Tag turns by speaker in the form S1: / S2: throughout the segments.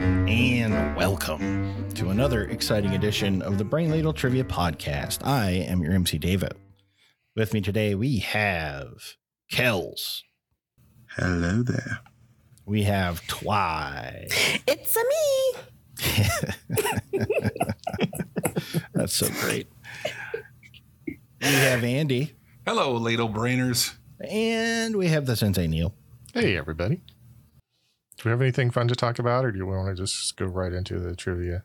S1: and welcome to another exciting edition of the Brain Ladle Trivia Podcast. I am your MC Davo. With me today, we have Kells,
S2: Hello there.
S1: we have Twy.
S3: It's a me.
S1: That's so great. We have Andy,
S4: Hello, ladle brainers.
S1: and we have the Sensei Neil.
S5: Hey, everybody. Do we have anything fun to talk about, or do you want to just go right into the trivia?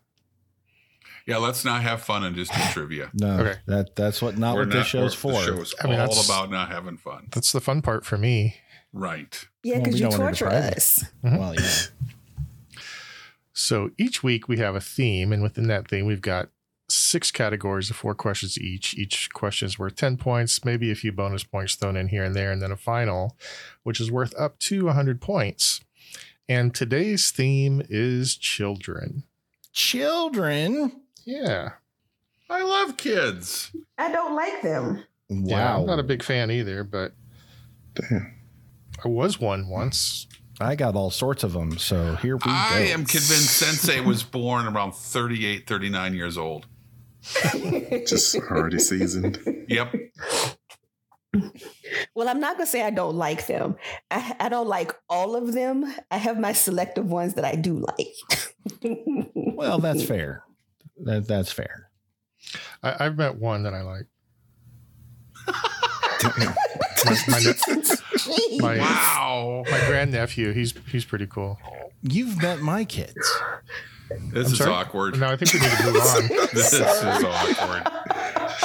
S4: Yeah, let's not have fun and just do trivia.
S1: No,
S5: Okay.
S1: that that's what not what this show's
S4: we're-
S1: for.
S4: The show is
S5: I mean,
S4: all
S5: that's-
S4: about not having fun.
S5: That's the fun part for me.
S4: Right.
S3: Yeah,
S1: Well,
S3: because
S1: we
S3: you
S1: don't wanna
S3: torture
S1: deprive you.
S3: us.
S1: Well, yeah.
S5: So each week we have a theme, and within that theme, we've got six categories of four questions each. Each question is worth 10 points, maybe a few bonus points thrown in here and there, and then a final, which is worth up to 100 points. And today's theme is children.
S1: Children.
S5: Yeah.
S4: I love kids.
S3: I don't like them.
S1: Wow.
S5: Yeah, I'm not a big fan either, but
S2: Damn.
S5: I was one once.
S1: I got all sorts of them. So here we
S4: I
S1: go.
S4: am convinced Sensei was born around 38, 39 years old.
S2: Just already seasoned.
S4: Yep.
S3: Well, I'm not gonna say I don't like them. I, I don't like all of them. I have my selective ones that I do like.
S1: Well, that's fair. That that's fair.
S5: I, I've met one that I like.
S2: Damn.
S5: My, my, ne-
S3: Jeez.
S5: my,
S4: Wow.
S5: my grandnephew, he's he's pretty cool.
S1: You've met my kids.
S4: This
S5: I'm
S4: is
S5: sorry?
S4: awkward.
S5: Now I think we need to move on.
S4: This is awkward.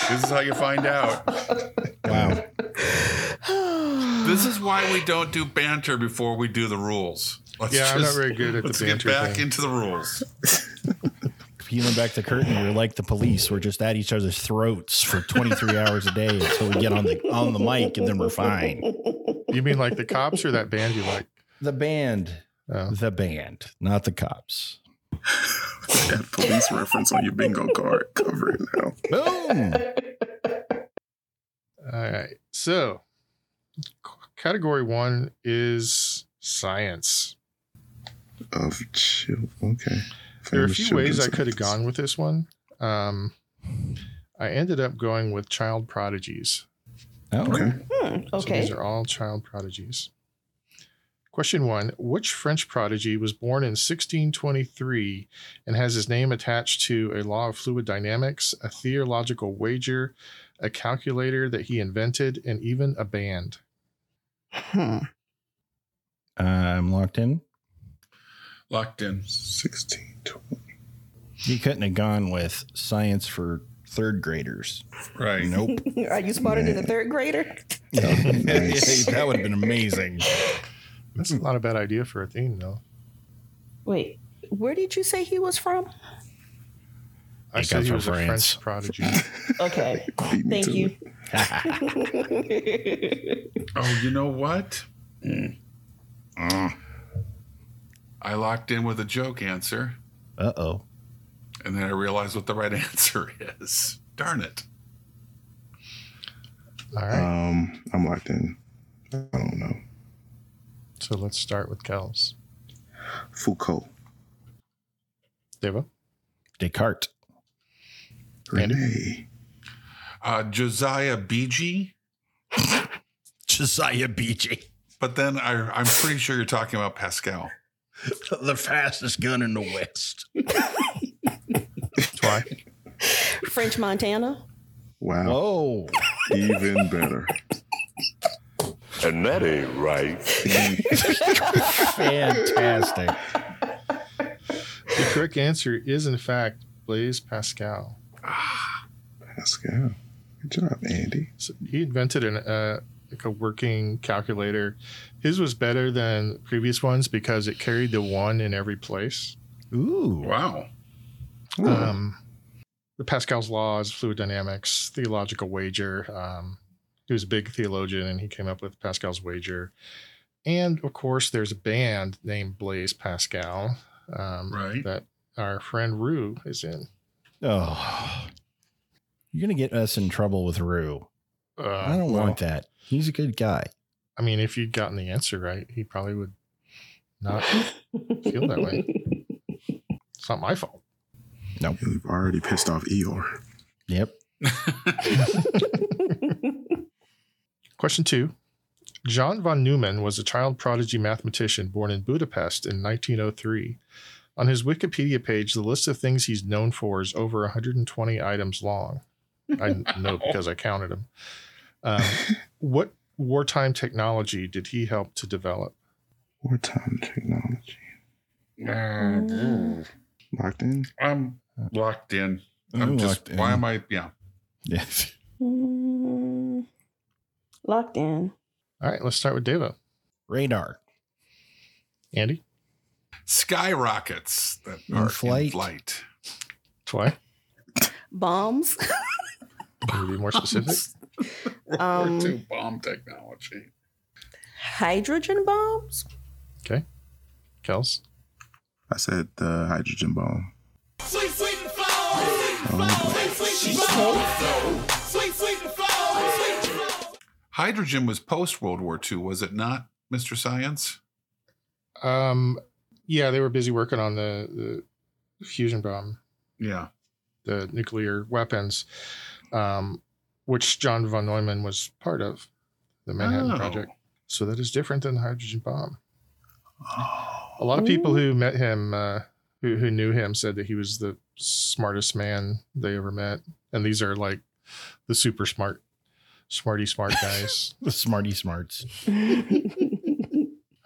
S4: This is how you find out.
S1: Wow.
S4: This is why we don't do banter before we do the rules. Let's
S5: Yeah, I'm not very good at the
S4: let's
S5: banter
S4: get back
S5: thing.
S4: into the rules.
S1: Peeling back the curtain, we're like the police. We're just at each other's throats for 23 hours a day until we get on the on the mic, and then we're fine.
S5: You mean like the cops or that band you like?
S1: The band,
S5: Oh.
S1: the band, not the cops.
S2: That police reference on your bingo card. Cover it now.
S1: Boom.
S5: All right. So, c- category one is science.
S2: Of chill. Okay.
S5: There are a
S2: Famous
S5: few ways I
S2: children's
S5: could have
S2: actors.
S5: gone with this one. Um, I ended up going with child prodigies.
S1: Oh,
S2: Okay.
S3: Hmm,
S5: So
S3: okay.
S5: these are all child prodigies. Question one Which French prodigy was born in 1623 and has his name attached to a law of fluid dynamics, a theological wager, a calculator that he invented, and even a band?
S3: Hmm.
S1: I'm locked in.
S4: Locked in.
S2: 16, 20.
S1: You couldn't have gone with science for third graders.
S4: Right.
S1: Nope.
S3: Are you smarter than a third grader?
S2: Nice.
S1: that would have been amazing.
S5: That's not a bad idea for a theme, though.
S3: Wait, where did you say he was from?
S5: I
S1: Think
S5: said
S1: I'm
S5: he
S1: from
S5: was a
S1: France.
S5: French prodigy.
S3: Okay,
S2: Beat me
S3: thank
S2: to
S3: you.
S2: it.
S4: Oh, you know what?
S1: Mm.
S4: Uh, I locked in with a joke answer,
S1: Uh oh.
S4: and then I realized what the right answer is. Darn it.
S5: All right.
S2: Um, I'm locked in. I don't know.
S5: so let's start with Kels.
S2: Foucault.
S5: Devo?
S1: Descartes.
S5: Andy?
S2: Renee.
S4: Uh, Josiah Beegee,
S1: Josiah Beechey.
S4: but then I, I'm pretty sure you're talking about Pascal.
S1: the fastest gun in the West.
S5: Twi?
S3: French Montana.
S2: Wow.
S1: Oh,
S2: Even better.
S6: And that ain't right.
S1: fantastic.
S5: the correct answer is, in fact, Blaise Pascal.
S2: Pascal. Good job, Andy.
S5: So he invented an uh, like a working calculator. His was better than previous ones because it carried the one in every place.
S1: Ooh.
S4: Wow.
S5: Um, the Pascal's laws, fluid dynamics, theological wager. Um, he was a big theologian, and he came up with Pascal's wager. And of course, there's a band named Blaise Pascal um,
S4: Right.
S5: that our friend Rue is in.
S1: Oh, you're gonna get us in trouble with Rue.
S5: Uh,
S1: I don't want that. He's a good guy.
S5: I mean, if you'd gotten the answer right, he probably would not feel that way. It's not my fault.
S2: You've already pissed off Eeyore.
S1: Yep.
S5: Question two. John von Neumann was a child prodigy mathematician born in Budapest in 1903. On his Wikipedia page, the list of things he's known for is over 120 items long. I know because I counted them. Um, what wartime technology did he help to develop?
S2: Wartime technology.
S4: Uh,
S2: Locked in?
S4: I'm locked in. I'm
S1: Ooh,
S4: just.
S1: locked in.
S4: Why am I? Yeah.
S1: Yes.
S3: Mm, Locked in.
S5: All right, let's start with Devo.
S1: Radar.
S5: Andy?
S4: Skyrockets that
S1: In
S4: are in
S1: flight.
S4: flight.
S5: Twy?
S3: Bombs.
S5: Can you be more specific?
S4: World
S3: Um,
S4: War II bomb technology.
S3: Hydrogen bombs.
S5: Kels?
S2: I said the hydrogen bomb.
S4: Hydrogen was post World War II, was it not, Mr. Science?
S5: Um, yeah, they were busy working on the, the fusion bomb.
S4: Yeah.
S5: the nuclear weapons, um, which John von Neumann was part of, the Manhattan
S4: Oh.
S5: Project. So that is different than the hydrogen bomb.
S2: Oh.
S5: A lot of people who met him, uh, who, who knew him, said that he was the smartest man they ever met. And these are like the super smart, smarty smart guys.
S1: The smarty smarts.
S5: All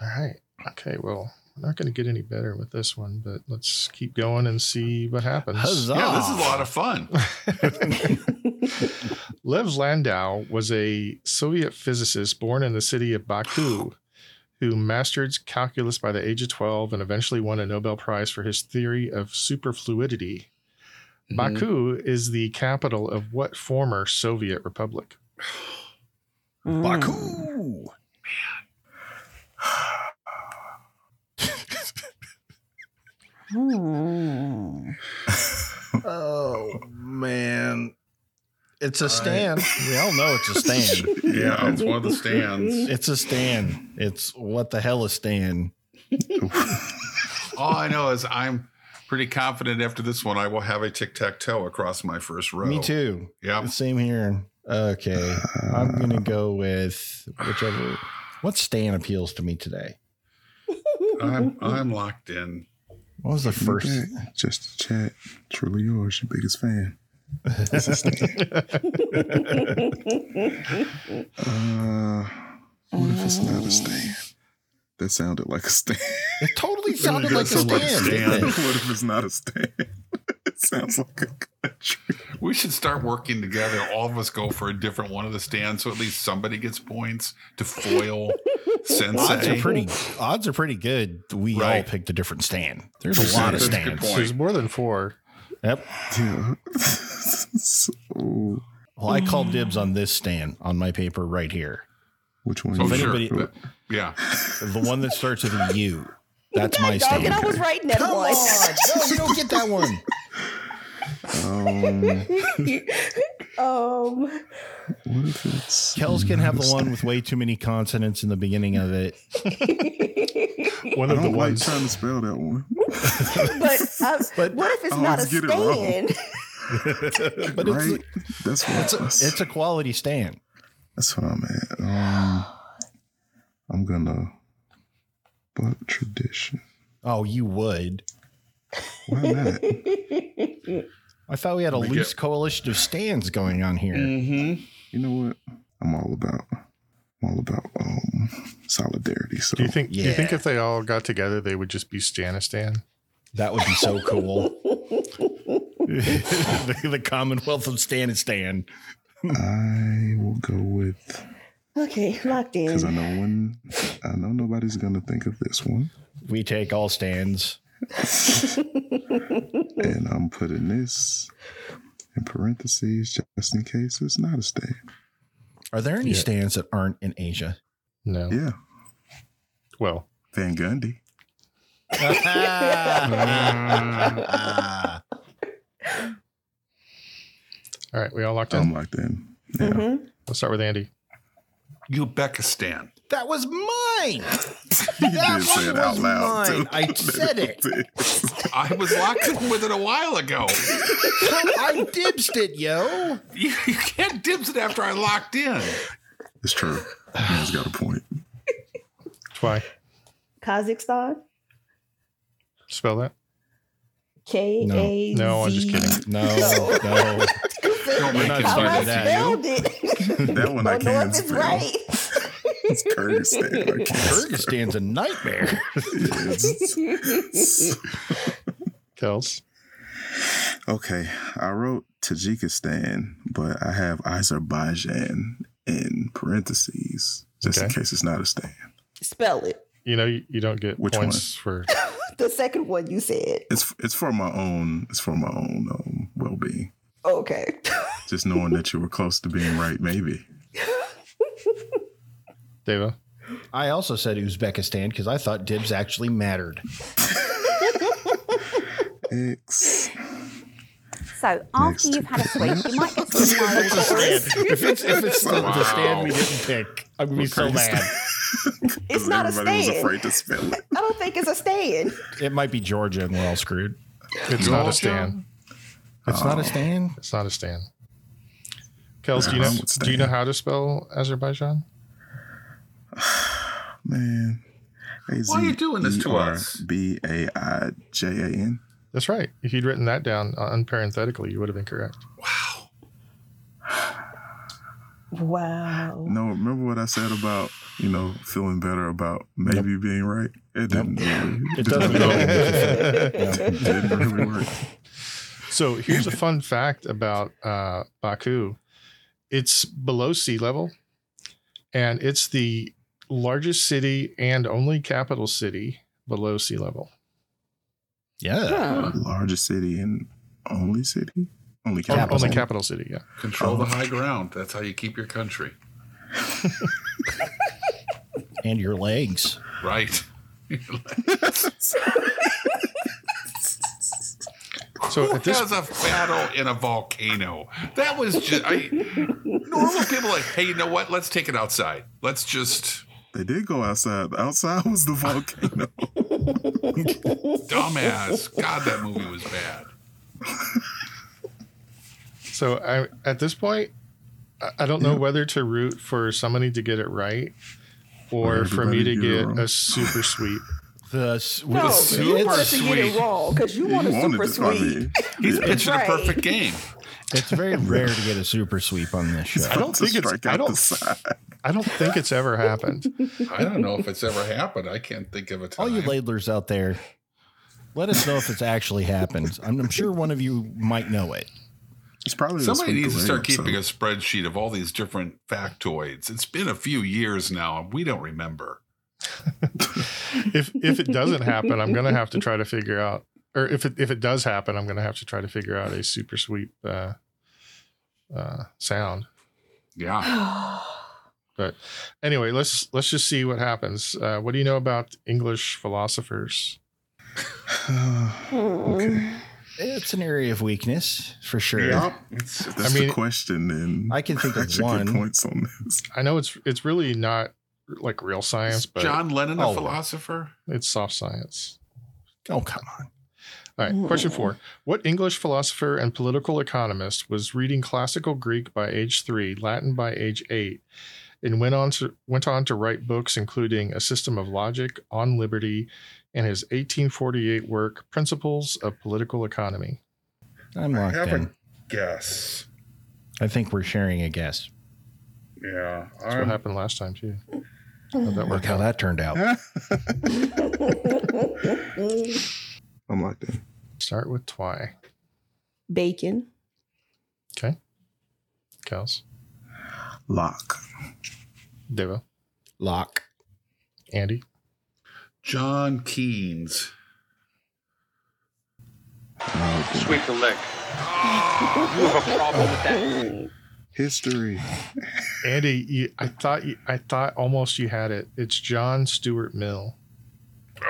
S5: right. Okay. Well, we're not going to get any better with this one, but let's keep going and see what happens.
S1: Huzzah.
S4: Yeah, this is
S1: Oh.
S4: a lot of fun.
S5: Lev Landau was a Soviet physicist born in the city of Baku who mastered calculus by the age of 12 and eventually won a Nobel Prize for his theory of superfluidity. Baku is the capital of what former Soviet republic?
S3: Mm.
S1: Baku.
S3: Mm.
S1: Oh man. It's a
S4: All
S1: stand.
S4: right.
S1: We all know it's a stand.
S4: Yeah, it's one of the stands.
S1: it's a stand. It's what the hell is stand?
S4: All I know is I'm pretty confident after this one, I will have a tic tac toe across my first row.
S1: Me too.
S4: Yeah.
S1: Same here. Okay. I'm gonna go with whichever what stand appeals to me today.
S4: I'm, I'm locked in.
S1: What was the first
S2: Just to chat. Truly yours, your biggest fan. Uh, what if it's not a stand? That sounded like a stand.
S1: it totally sounded like a
S4: sounds
S1: stand.
S4: like a stand.
S1: didn't it?
S2: what if it's not a stand? it sounds like a country.
S4: We should start working together. All of us go for a different one of the stands, so at least somebody gets points to foil
S1: Odds
S4: Sensei.
S1: are pretty odds are pretty good. We all
S4: Right.
S1: picked a different stand. There's a lot of
S4: That's a good
S1: stands.
S4: point.
S5: There's more than four.
S1: Yep.
S2: Yeah. so,
S1: Well, I call dibs on this stand on my paper right here.
S2: which one?
S4: Oh,
S1: If
S2: you-
S4: sure.
S1: anybody-
S4: Yeah.
S1: The one that starts with a U. That's my
S3: Dog,
S1: stand.
S3: and I was right that
S1: Come
S3: one.
S1: on. No, you don't get that one.
S2: Um,
S3: um,
S2: what if it's
S1: Kels can have the one with way too many consonants in the beginning of it.
S5: One
S2: I
S5: of
S2: don't
S5: the
S2: like
S5: ones.
S2: trying to spell that one.
S3: but, uh,
S1: But-
S3: what if it's
S2: I
S3: not a
S2: always get it wrong.
S3: stand?
S1: But
S2: right? That's what
S1: it's it's a, it's a quality stand.
S2: that's what I'm at. Um, I'm gonna but tradition.
S1: Oh, you would.
S2: Why not?
S1: I thought we had a
S4: Let me
S1: loose
S4: get-
S1: coalition of stands going on here.
S4: Mm-hmm.
S2: You know what? I'm all about. I'm all about um solidarity. So
S5: Do you think? Do you think
S1: Yeah.
S5: if they all got together, they would just be Stanistan?
S1: That would be so cool. the, the Commonwealth of Stan and Stan.
S2: I will go with
S3: okay, locked
S2: because I
S3: in.
S2: know one. I know nobody's gonna think of this one,
S1: We take all stands.
S2: and I'm putting this in parentheses just in case it's not a stand.
S1: Are there any
S5: Yeah.
S1: stands that aren't in Asia?
S5: No.
S2: Yeah,
S5: Well,
S2: Van Gundy.
S5: all right. We all locked in.
S2: I'm like then. Yeah.
S3: Mhm.
S5: Let's start with Andy.
S4: Uzbekistan.
S1: that was mine.
S2: You
S1: That
S2: did say
S1: one
S2: it out
S1: was
S2: loud.
S1: mine.
S2: too.
S1: I said it.
S4: I was locked in with it a while ago.
S1: I dibsed it, yo.
S4: You, you can't dibs it after I locked in.
S2: It's true. Man's got a point.
S5: Why?
S3: Kazakhstan?
S5: Spell that.
S3: K A Z.
S5: No, I'm just kidding.
S1: No, no.
S4: Don't
S1: We're
S4: make
S1: not
S4: it
S1: starting
S4: harder
S3: I
S1: with that.
S4: than you.
S3: spelled it.
S2: That one I
S3: Don't know if
S2: can
S3: it's
S2: spell.
S3: right.
S2: It's Kyrgyzstan. I can't spell.
S1: Kyrgyzstan's a nightmare.
S2: It's- it's-
S5: Kells.
S2: okay, I wrote Tajikistan, but I have Azerbaijan in parentheses just in
S5: Okay.
S2: case it's not a stand.
S3: Spell it.
S5: You know you, you don't get
S2: Which
S5: points for
S3: The second one you said.
S2: It's it's for my own. It's for my own um, well being.
S3: Okay.
S2: Just knowing that you were close to being right, maybe.
S5: Deva.
S1: I also said Uzbekistan because I thought dibs actually mattered.
S2: X.
S7: So after
S2: Next.
S7: you've had a swig, you might get some wine.
S1: If it's, if it's the,
S4: Wow.
S1: the stand we didn't pick, I'm gonna be so mad.
S3: It's
S2: Because
S3: not a
S2: everybody was
S3: stand.
S2: afraid to spell it.
S3: I don't think it's a stand.
S1: It might be Georgia, and we're all screwed. Uh,
S5: It's not a stand.
S1: It's not a stand.
S5: It's not a stand. Kells, do you
S2: Yeah,
S5: know
S2: I would
S5: do you know
S2: stand.
S5: how to spell Azerbaijan?
S2: Man. E
S4: Why are you doing this to us?
S2: B A I J A N.
S5: That's right. If you'd written that down uh, unparenthetically, you would have been correct.
S3: Wow.
S2: No, remember what I said about, you know, feeling better about maybe being right? It didn't really,
S1: It doesn't
S2: it didn't really work.
S5: So here's a fun fact about uh, Baku. It's below sea level, and it's the largest city and only capital city below sea level.
S1: Yeah.
S2: Largest city and only city? Only
S5: On-
S2: capital.
S5: Only capital city, yeah.
S4: Control the high ground. That's how you keep your country.
S1: And your legs.
S4: Right.
S5: So
S4: Who
S5: at this
S4: has a battle in a volcano? That was just I normal people are like, hey, you know what? Let's take it outside. Let's just
S2: They did go outside. Outside was the volcano.
S4: dumbass. God, that movie was bad.
S5: so I, at this point, I, I don't know whether to root for somebody to get it right or
S2: Or
S5: for me to
S2: everybody get it
S5: get
S2: wrong.
S5: a super sweep.
S1: The s-
S3: No,
S1: it's-
S3: you
S4: super
S3: wanted to get
S4: sweet.
S3: it wrong because you want a super
S2: it, I
S3: sweet.
S2: mean,
S4: He's pitching
S3: Right.
S4: a perfect game.
S1: It's very rare to get a super sweep on this show.
S5: I don't
S2: to
S5: think it's
S2: strike
S5: I
S2: out the
S5: don't
S2: side.
S5: I don't think it's ever happened.
S4: I don't know if it's ever happened. I can't think of a time.
S1: All you ladlers out there, let us know if it's actually happened. I'm, I'm sure one of you might know it.
S2: It's probably this
S4: Somebody
S2: week
S4: needs to
S2: delay,
S4: start keeping
S2: so-
S4: a spreadsheet of all these different factoids. It's been a few years now, and we don't remember.
S5: if if it doesn't happen, I'm gonna have to try to figure out, or if it if it does happen, I'm gonna have to try to figure out a super sweep uh, uh, sound.
S4: Yeah.
S5: But anyway, let's let's just see what happens. Uh, what do you know about English philosophers?
S2: okay.
S1: It's an area of weakness for sure.
S4: It's-
S2: That's
S5: mean-
S2: the question. Then
S1: I can think of
S2: should
S1: one.
S2: Get points on this.
S5: I know it's it's really not like real science,
S4: Is
S5: but
S4: John Lennon, a
S1: Oh.
S4: philosopher?
S5: it's soft science.
S1: Oh come on.
S5: All right, question four. What English philosopher and political economist was reading classical Greek by age three, Latin by age eight, and went on to went on to write books including A System of Logic, On Liberty, and his 1848 work Principles of Political Economy.
S1: I'm locked
S4: have a-
S1: in.
S4: Yes.
S1: I think we're sharing a guess.
S4: Yeah.
S5: That's what happened last time too. How'd that
S1: Look
S5: work
S1: how
S5: out?
S1: Oh, that turned out.
S2: I'm like that.
S5: Start with Twy.
S3: Bacon.
S5: Okay. Kels,
S2: Lock.
S5: Deva,
S1: Lock.
S5: Andy,
S4: John Keynes.
S2: Okay.
S8: Sweep the leg. You have a problem with that.
S2: History.
S5: Andy. You, I thought you, I thought almost you had it. It's John Stuart Mill.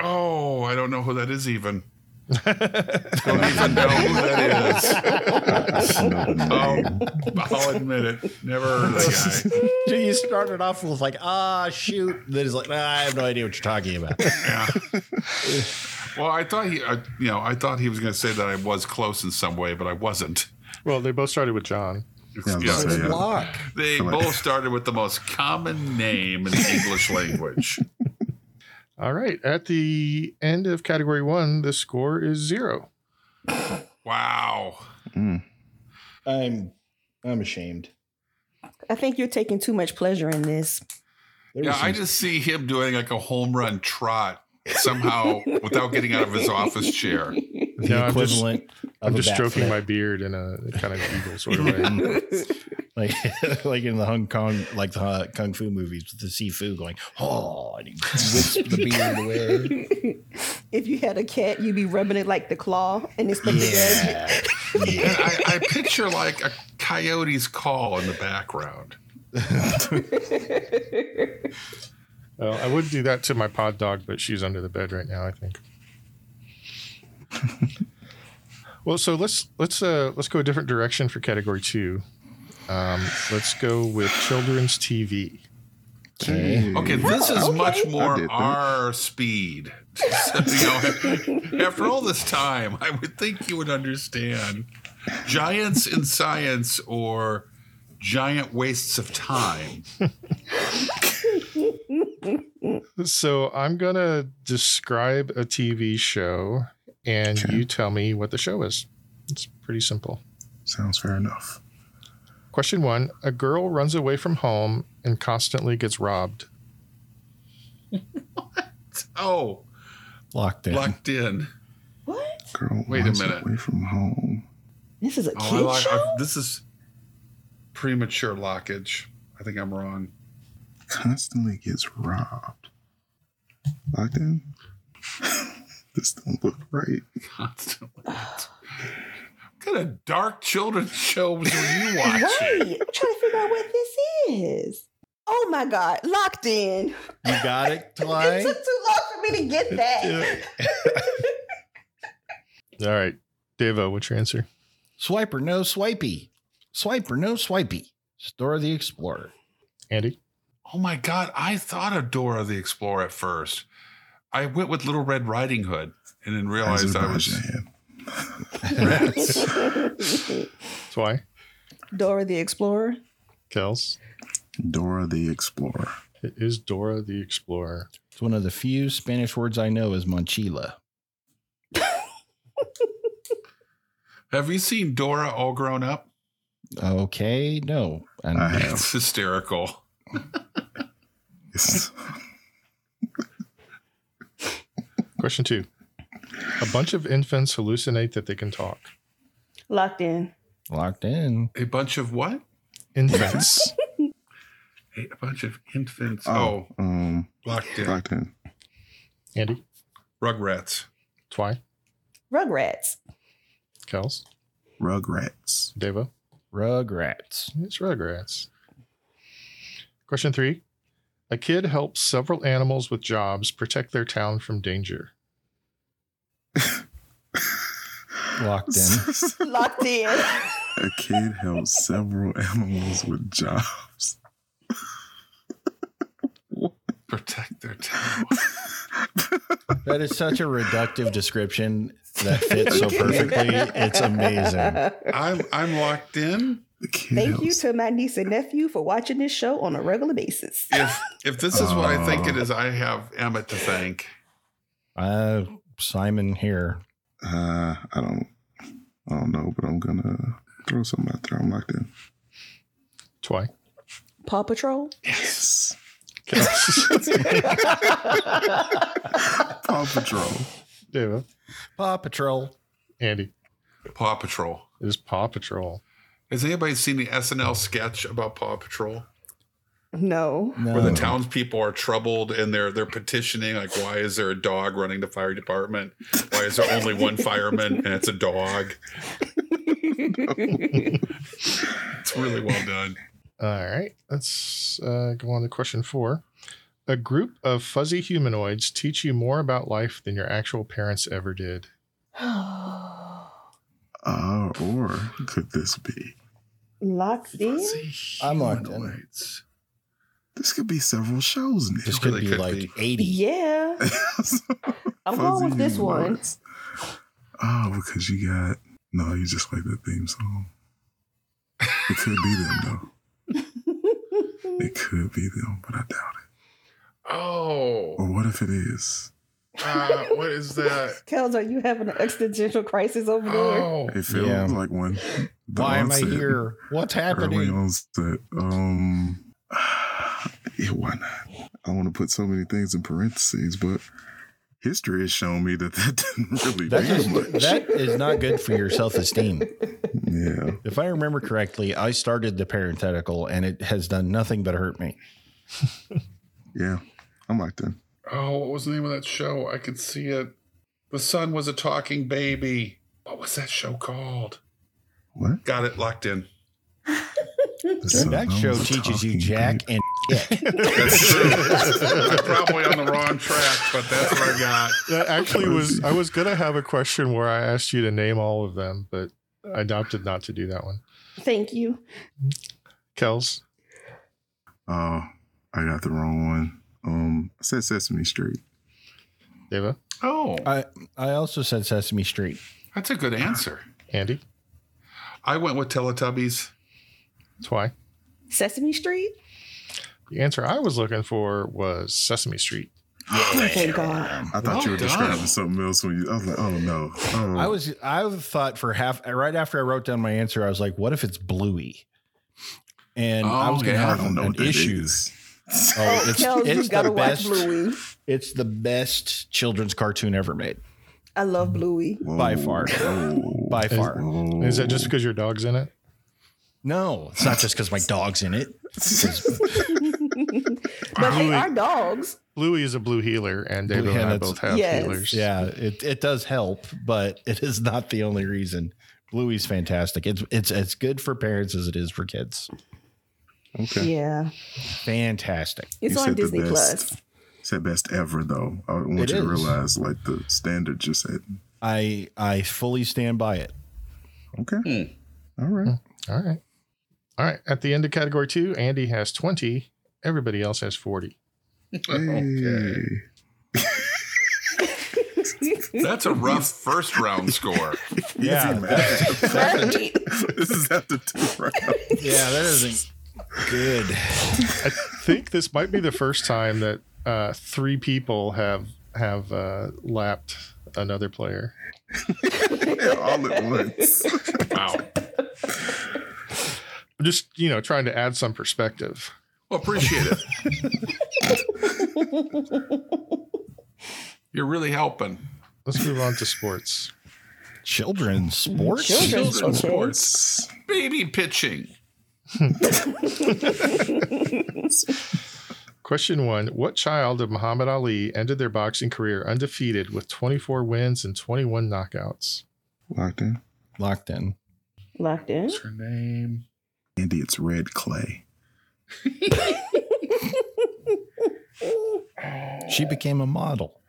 S4: Oh, I don't know who that is even.
S2: Don't even
S4: know who that is.
S2: know.
S4: Oh, I'll admit it. Never heard of that guy.
S1: You started off with like, ah, shoot. Then it's like, nah, I have no idea what you're talking about.
S4: Yeah. Well, I thought he, I, you know, I thought he was going to say that I was close in some way, but I wasn't.
S5: Well, they both started with John.
S2: Yeah, I'm
S4: Yeah.
S2: sorry, yeah.
S1: Block.
S4: They
S2: Come on.
S4: both started with the most common name in the English language.
S5: All right. At the end of category one, the score is zero.
S4: Wow.
S2: Mm.
S1: I'm I'm ashamed.
S3: I think you're taking too much pleasure in this.
S1: There was
S4: Yeah,
S1: some-
S4: I just see him doing like a home run trot somehow without getting out of his office chair.
S1: the
S5: No, I'm just-
S1: equivalent. of
S5: I'm
S1: a
S5: just
S1: bat
S5: stroking
S1: flip.
S5: my beard in a kind of eagle sort of way.
S1: like like in the Hong Kong, like the uh, kung fu movies with the Sifu going, oh, and he whips the beard away.
S3: if you had a cat, you'd be rubbing it like the claw and it's like the
S1: Yeah,
S4: And
S1: yeah.
S4: I, I picture like a coyote's call in the background.
S5: Well, I would do that to my pod dog, but she's under the bed right now, I think. well, so let's let's uh let's go a different direction for category two. Um, let's go with children's TV.
S1: Okay.
S4: Okay, this is much
S2: Oh, I
S4: more
S2: did that.
S4: our speed. You know, after all this time, I would think you would understand giants in science or giant wastes of time.
S5: So I'm gonna describe a TV show, and
S2: Okay.
S5: you tell me what the show is. It's pretty simple.
S2: Sounds fair enough.
S5: Question one: A girl runs away from home and constantly gets robbed.
S4: Oh,
S1: Locked in.
S4: locked in.
S3: What?
S2: Girl,
S4: Wait a
S2: runs
S4: minute.
S2: Away from home.
S3: This is a kid
S4: Oh, I like,
S3: show?
S4: I, this is premature lockage. I think I'm wrong.
S2: Constantly gets robbed. Locked in? this don't look right.
S4: Constantly. what kind of dark children's shows were you watching?
S3: Right. I'm trying to figure out what this is. Oh my God. Locked in.
S1: You got it,
S3: It
S1: Talai?
S3: took too long for me to get that.
S5: All right, Devo, what's your answer?
S1: Swipe or no swipey. Swipe or no swipey. Store the Explorer.
S5: Andy.
S4: Oh my God, I thought of Dora the Explorer at first. I went with Little Red Riding Hood and then realized I was.
S2: Azerbaijan.
S5: That's why.
S3: Dora the Explorer.
S5: Kels.
S2: Dora the Explorer.
S5: It is Dora the Explorer.
S1: It's one of the few Spanish words I know is mochila.
S4: Have you seen Dora all grown up?
S1: Okay, no. And
S2: I have.
S4: It's hysterical.
S2: It's-
S5: Question two. A bunch of infants hallucinate that they can talk.
S3: Locked in.
S1: locked in.
S4: A bunch of what?
S5: Infants.
S4: A bunch of infants.
S2: oh,
S4: Oh,
S2: um,
S4: locked in.
S2: locked in.
S5: Andy.
S4: Rugrats.
S5: Twy.
S3: Rugrats.
S5: Kels.
S2: Rugrats.
S5: Devo.
S1: Rugrats.
S5: It's Rugrats. Question three. A kid helps several animals with jobs protect their town from danger.
S1: Locked in.
S3: Locked in.
S2: A kid held several animals with jobs.
S4: Protect their town.
S1: That is such a reductive description that fits so perfectly. It's amazing.
S4: I'm I'm locked in.
S2: The kid
S3: Thank
S2: held
S3: you to my niece and nephew for watching this show on a regular basis.
S4: If if this is what I think it
S2: Oh.
S4: is, I have Emmett to thank.
S1: Uh, Simon here.
S2: Uh, I don't, I don't know, but I'm gonna throw something out there. I'm locked in.
S5: Twy.
S3: Paw Patrol.
S2: Yes,
S5: Kels.
S2: Paw Patrol.
S5: Devo.
S1: Paw Patrol.
S5: Andy.
S4: Paw Patrol.
S5: It is Paw Patrol.
S4: Has anybody seen the SNL sketch about Paw Patrol?
S3: No.
S1: No.
S4: Where the townspeople are troubled and they're they're petitioning, like, why is there a dog running the fire department? Why is there only one fireman and it's a dog? it's really well done.
S5: All right, let's uh, go on to question four. A group of fuzzy humanoids teach you more about life than your actual parents ever did.
S2: Uh, or could this be?
S3: Locked in.
S4: Fuzzy
S1: I'm locked in.
S4: humanoids.
S2: This could be several shows now.
S1: This
S4: It
S1: could
S4: really
S1: be
S4: could
S1: like
S4: be.
S1: 80.
S3: Yeah. I'm going with this one.
S2: Oh, because you got no, you just like that theme song. It could be them though. it could be them, but I doubt it.
S5: Oh,
S2: Or what if it is?
S5: uh, what is that?
S3: Kels, are you having an existential crisis over there?
S5: Oh,
S2: It feels
S1: Yeah.
S2: like one. The
S1: Why am I
S2: onset-
S1: here? What's
S2: Early
S1: happening?
S2: onset. Um, yeah, why not? I want to put so many things in parentheses, but history has shown me that that didn't really
S1: That's
S2: do
S1: just,
S2: much.
S1: that is not good for your self esteem.
S2: Yeah.
S1: If I remember correctly, I started the parenthetical and it has done nothing but hurt me.
S2: Yeah, I'm like that.
S4: Oh, what was the name of that show? I could see it. The son was a talking baby. What was that show called?
S2: What?
S4: Got it locked in.
S3: Oh.
S2: So
S1: that
S2: was
S1: show
S2: a
S1: teaches you
S2: talking
S1: jack
S2: baby.
S1: and shit.
S4: That's true. I'm probably on the wrong track, but that's what I got.
S5: that actually was. I was gonna have a question where I asked you to name all of them, but I opted not to do that one.
S3: Thank you.
S5: Kels,
S2: Oh, I got the wrong one. Um, I said Sesame Street.
S5: Deva,
S4: Oh,
S1: I, I also said Sesame Street.
S4: that's a good answer.
S5: Andy,
S4: I went with Teletubbies.
S5: Twy.
S3: Sesame Street?
S5: The answer I was looking for was Sesame Street.
S3: Oh, thank God.
S2: I thought
S4: Well
S2: you were
S4: done.
S2: describing something else when you. I was like, oh no. Oh,
S1: Oh I was I thought for half right after I wrote down my answer, I was like, what if it's Bluey? And I
S4: Oh,
S1: was gonna
S4: yeah.
S2: I
S1: have
S2: don't know
S1: an
S2: what that
S1: issue.
S2: is.
S1: Oh, it's,
S3: Kels,
S1: it's
S3: you gotta
S1: the
S3: watch
S1: best.
S3: Bluey.
S1: It's the best children's cartoon ever made
S3: I love Bluey.
S1: By far.
S2: Whoa.
S1: by far.
S2: Whoa.
S5: Is that just because your dog's in it?
S1: No, it's not just because my dog's in it.
S3: But they
S5: Bluey.
S3: are dogs.
S5: Bluey is a blue healer, and
S1: Blue
S5: David and I
S1: healers.
S5: both have
S3: Yes.
S5: healers.
S1: Yeah, it, it does help, but it is not the only reason. Bluey's fantastic. It's it's as good for parents as it is for kids.
S2: Okay.
S3: Yeah.
S1: Fantastic.
S3: It's
S2: You
S3: on
S2: said the
S3: Disney
S2: best.
S3: Plus.
S2: Said best ever though. I want
S1: It
S2: you
S1: is.
S2: to realize like the standard just said.
S1: I I fully stand by it.
S2: Okay. All right.
S5: All right. All right. At the end of category two, Andy has 20. Everybody else has 40.
S4: Hmm.
S2: Hey.
S4: That's a rough first round score.
S1: Yeah, that-
S2: Easy math.
S3: Right?
S2: this is after two rounds.
S1: Yeah, that isn't good.
S5: I think this might be the first time that uh, three people have have uh, lapped another player.
S2: all at once.
S4: Wow.
S5: I'm just, you know, trying to add some perspective.
S4: Well, appreciate it. You're really helping.
S5: Let's move on to sports.
S1: Children's sports.
S3: Children's
S4: Children's
S3: okay.
S4: sports. Baby pitching.
S5: Question one What child of Muhammad Ali ended their boxing career undefeated with 24 wins and 21 knockouts?
S2: Locked in.
S1: Locked in.
S3: Locked in.
S4: What's her name?
S2: Andy, it's red clay.
S1: She became a model.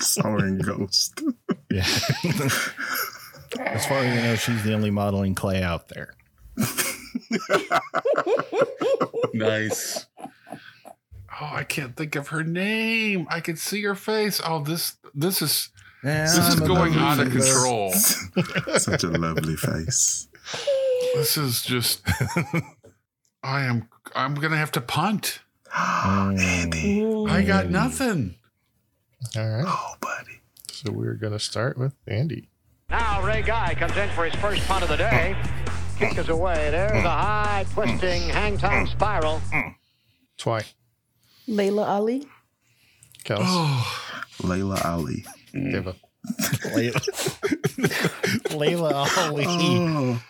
S2: Soaring ghost.
S1: Yeah. as far as I know, she's the only modeling clay out there.
S4: Nice. Oh, I can't think of her name. I can see her face. Oh, this this is this is
S2: I'm
S4: going
S2: another
S4: out of
S2: loser.
S4: control.
S2: Such a lovely face.
S4: This is just I am I'm gonna have to punt.
S2: Andy.
S4: I got nothing.
S5: All right.
S2: Oh, buddy.
S5: So we're going to start with Andy.
S9: Now Ray Guy comes in for his first punt of the day. Kick is away. There's a high twisting hang time spiral.
S5: Twy.
S3: Layla Ali.
S5: Kels.
S4: Oh.
S2: Layla Ali.
S5: Deva.
S1: Layla, Layla Ali.
S2: Oh,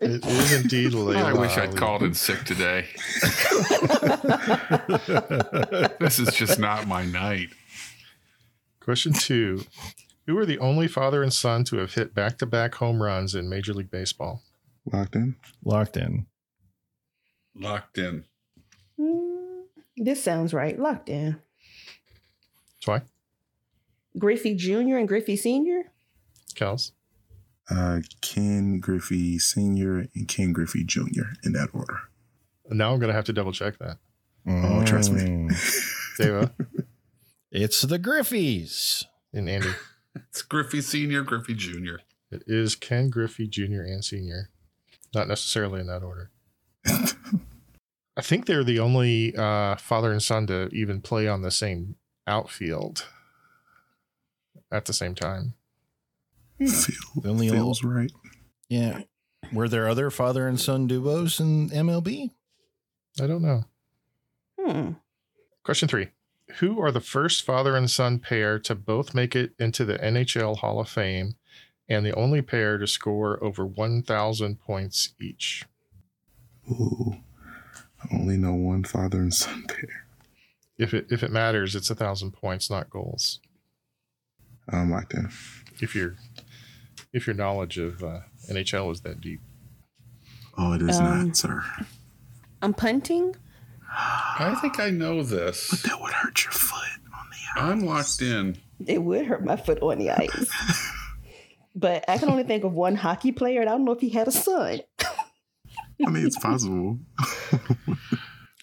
S5: It is indeed Layla.
S4: I wish I'd
S5: Ali.
S4: called in sick today. this is just not my night.
S5: Question two Who are the only father and son to have hit back to back home runs in Major League Baseball?
S2: locked in.
S1: Locked in.
S4: Locked in.
S3: Mm, This sounds right. Locked in.
S5: Twy.
S3: Griffey Jr. and Griffey Sr.
S5: Kels.
S2: uh, Ken Griffey Sr. and Ken Griffey Jr. in that order.
S5: Now I'm gonna have to double check that.
S2: Oh, trust me.
S1: Mm.
S5: Deva
S1: It's the Griffies.
S5: and Andy.
S4: It's Griffey Senior, Griffey Junior.
S5: It is Ken Griffey Jr. and Sr. Not necessarily in that order. I think they're the only uh, father and son to even play on the same outfield at the same time.
S2: Hmm. Feel,
S1: The only
S2: feels right.
S1: Yeah. Were there other father and son duos in MLB?
S5: I don't know.
S3: Hmm.
S5: Question three Who are the first father and son pair to both make it into the NHL Hall of Fame and the only pair to score over 1,000 points each?
S2: Ooh. I only know one father and son pair.
S5: If it, if it matters, it's a 1,000 points, not goals.
S2: I'm locked in.
S5: If, you if your knowledge of uh, NHL is that deep.
S2: Oh, it is
S3: Um,
S2: not, sir.
S3: I'm punting.
S4: I think I know this.
S2: That would hurt your foot on the
S4: I'm locked in.
S3: It would hurt my foot on the ice. but I can only think of one hockey player, and I don't know if he had a son.
S2: I mean, it's possible.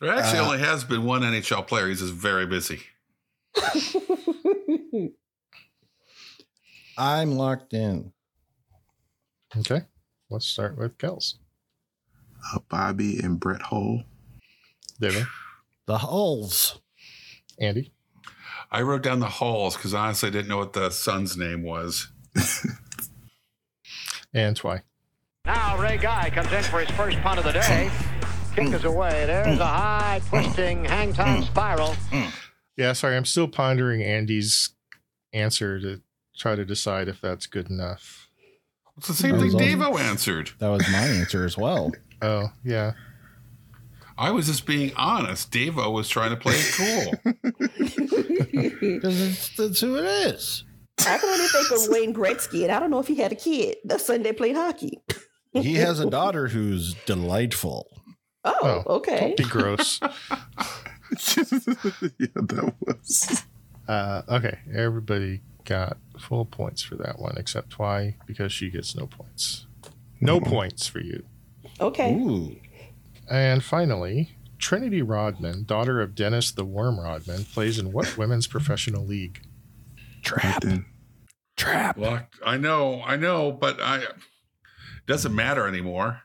S4: There actually only has been one NHL player. He's just very busy.
S1: I'm locked in.
S5: Okay. Let's start with Kels.
S2: Uh, Bobby and Brett Hull.
S5: David,
S1: The Hulls.
S5: Andy,
S4: I wrote down the Halls because honestly, I didn't know what the son's name was.
S5: and Twy.
S9: Now Ray Guy comes in for his first punt of the day. Kick is away. There's a high twisting hang time spiral.
S5: Yeah, sorry. I'm still pondering Andy's answer to try to decide if that's good enough.
S4: It's the same
S1: That
S4: thing
S1: was awesome.
S4: Davo answered.
S1: That was my answer as well.
S5: Oh, yeah.
S4: I was just being honest. Davo was trying to play it cool.
S1: Because that's who it is.
S3: I can only think of Wayne Gretzky, and I don't know if he had a kid. The Sunday played hockey.
S1: He has a daughter who's delightful.
S3: Oh,
S5: Oh.
S3: okay.
S5: Don't be gross.
S2: yeah, that was.
S5: uh, okay. Everybody got full points for that one except Twy because she gets no points. No points for you.
S3: Okay.
S1: Ooh.
S5: And finally, Trinity Rodman, daughter of Dennis the Worm Rodman, plays in what women's professional league?
S2: Locked in.
S1: Trap.
S4: Locked. I know, I know, but I doesn't matter anymore.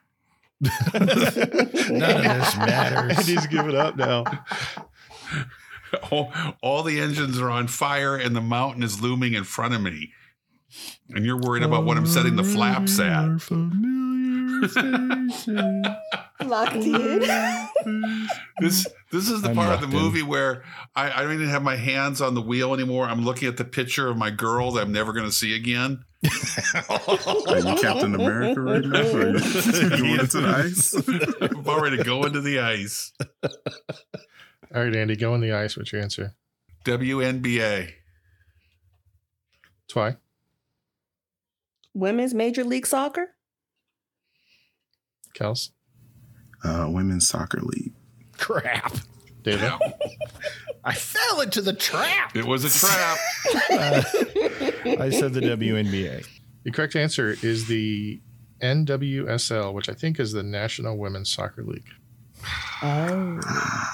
S1: None of this matters.
S5: Andy's giving up now.
S4: All, all the engines are on fire and the mountain is looming in front of me. And you're worried about what I'm setting the flaps at.
S3: Locked in.
S4: This this is the
S1: I'm
S4: part of the
S1: locked in.
S4: movie where I, I don't even have my hands on the wheel anymore. I'm looking at the picture of my girl that I'm never going to see again.
S2: Are you Captain America right now? Are you going into the ice?
S4: I'm about ready to go into the ice.
S5: All right, Andy, go on the ice. What's your answer?
S4: WNBA.
S5: Twy,
S3: Women's Major League Soccer.
S5: Kels,
S2: Uh, women's soccer league.
S1: Crap.
S5: David.
S4: Yeah,
S1: I fell into the trap.
S4: it was a trap.
S1: I said the WNBA.
S5: The correct answer is the NWSL, which I think is the National Women's Soccer League.
S3: Oh.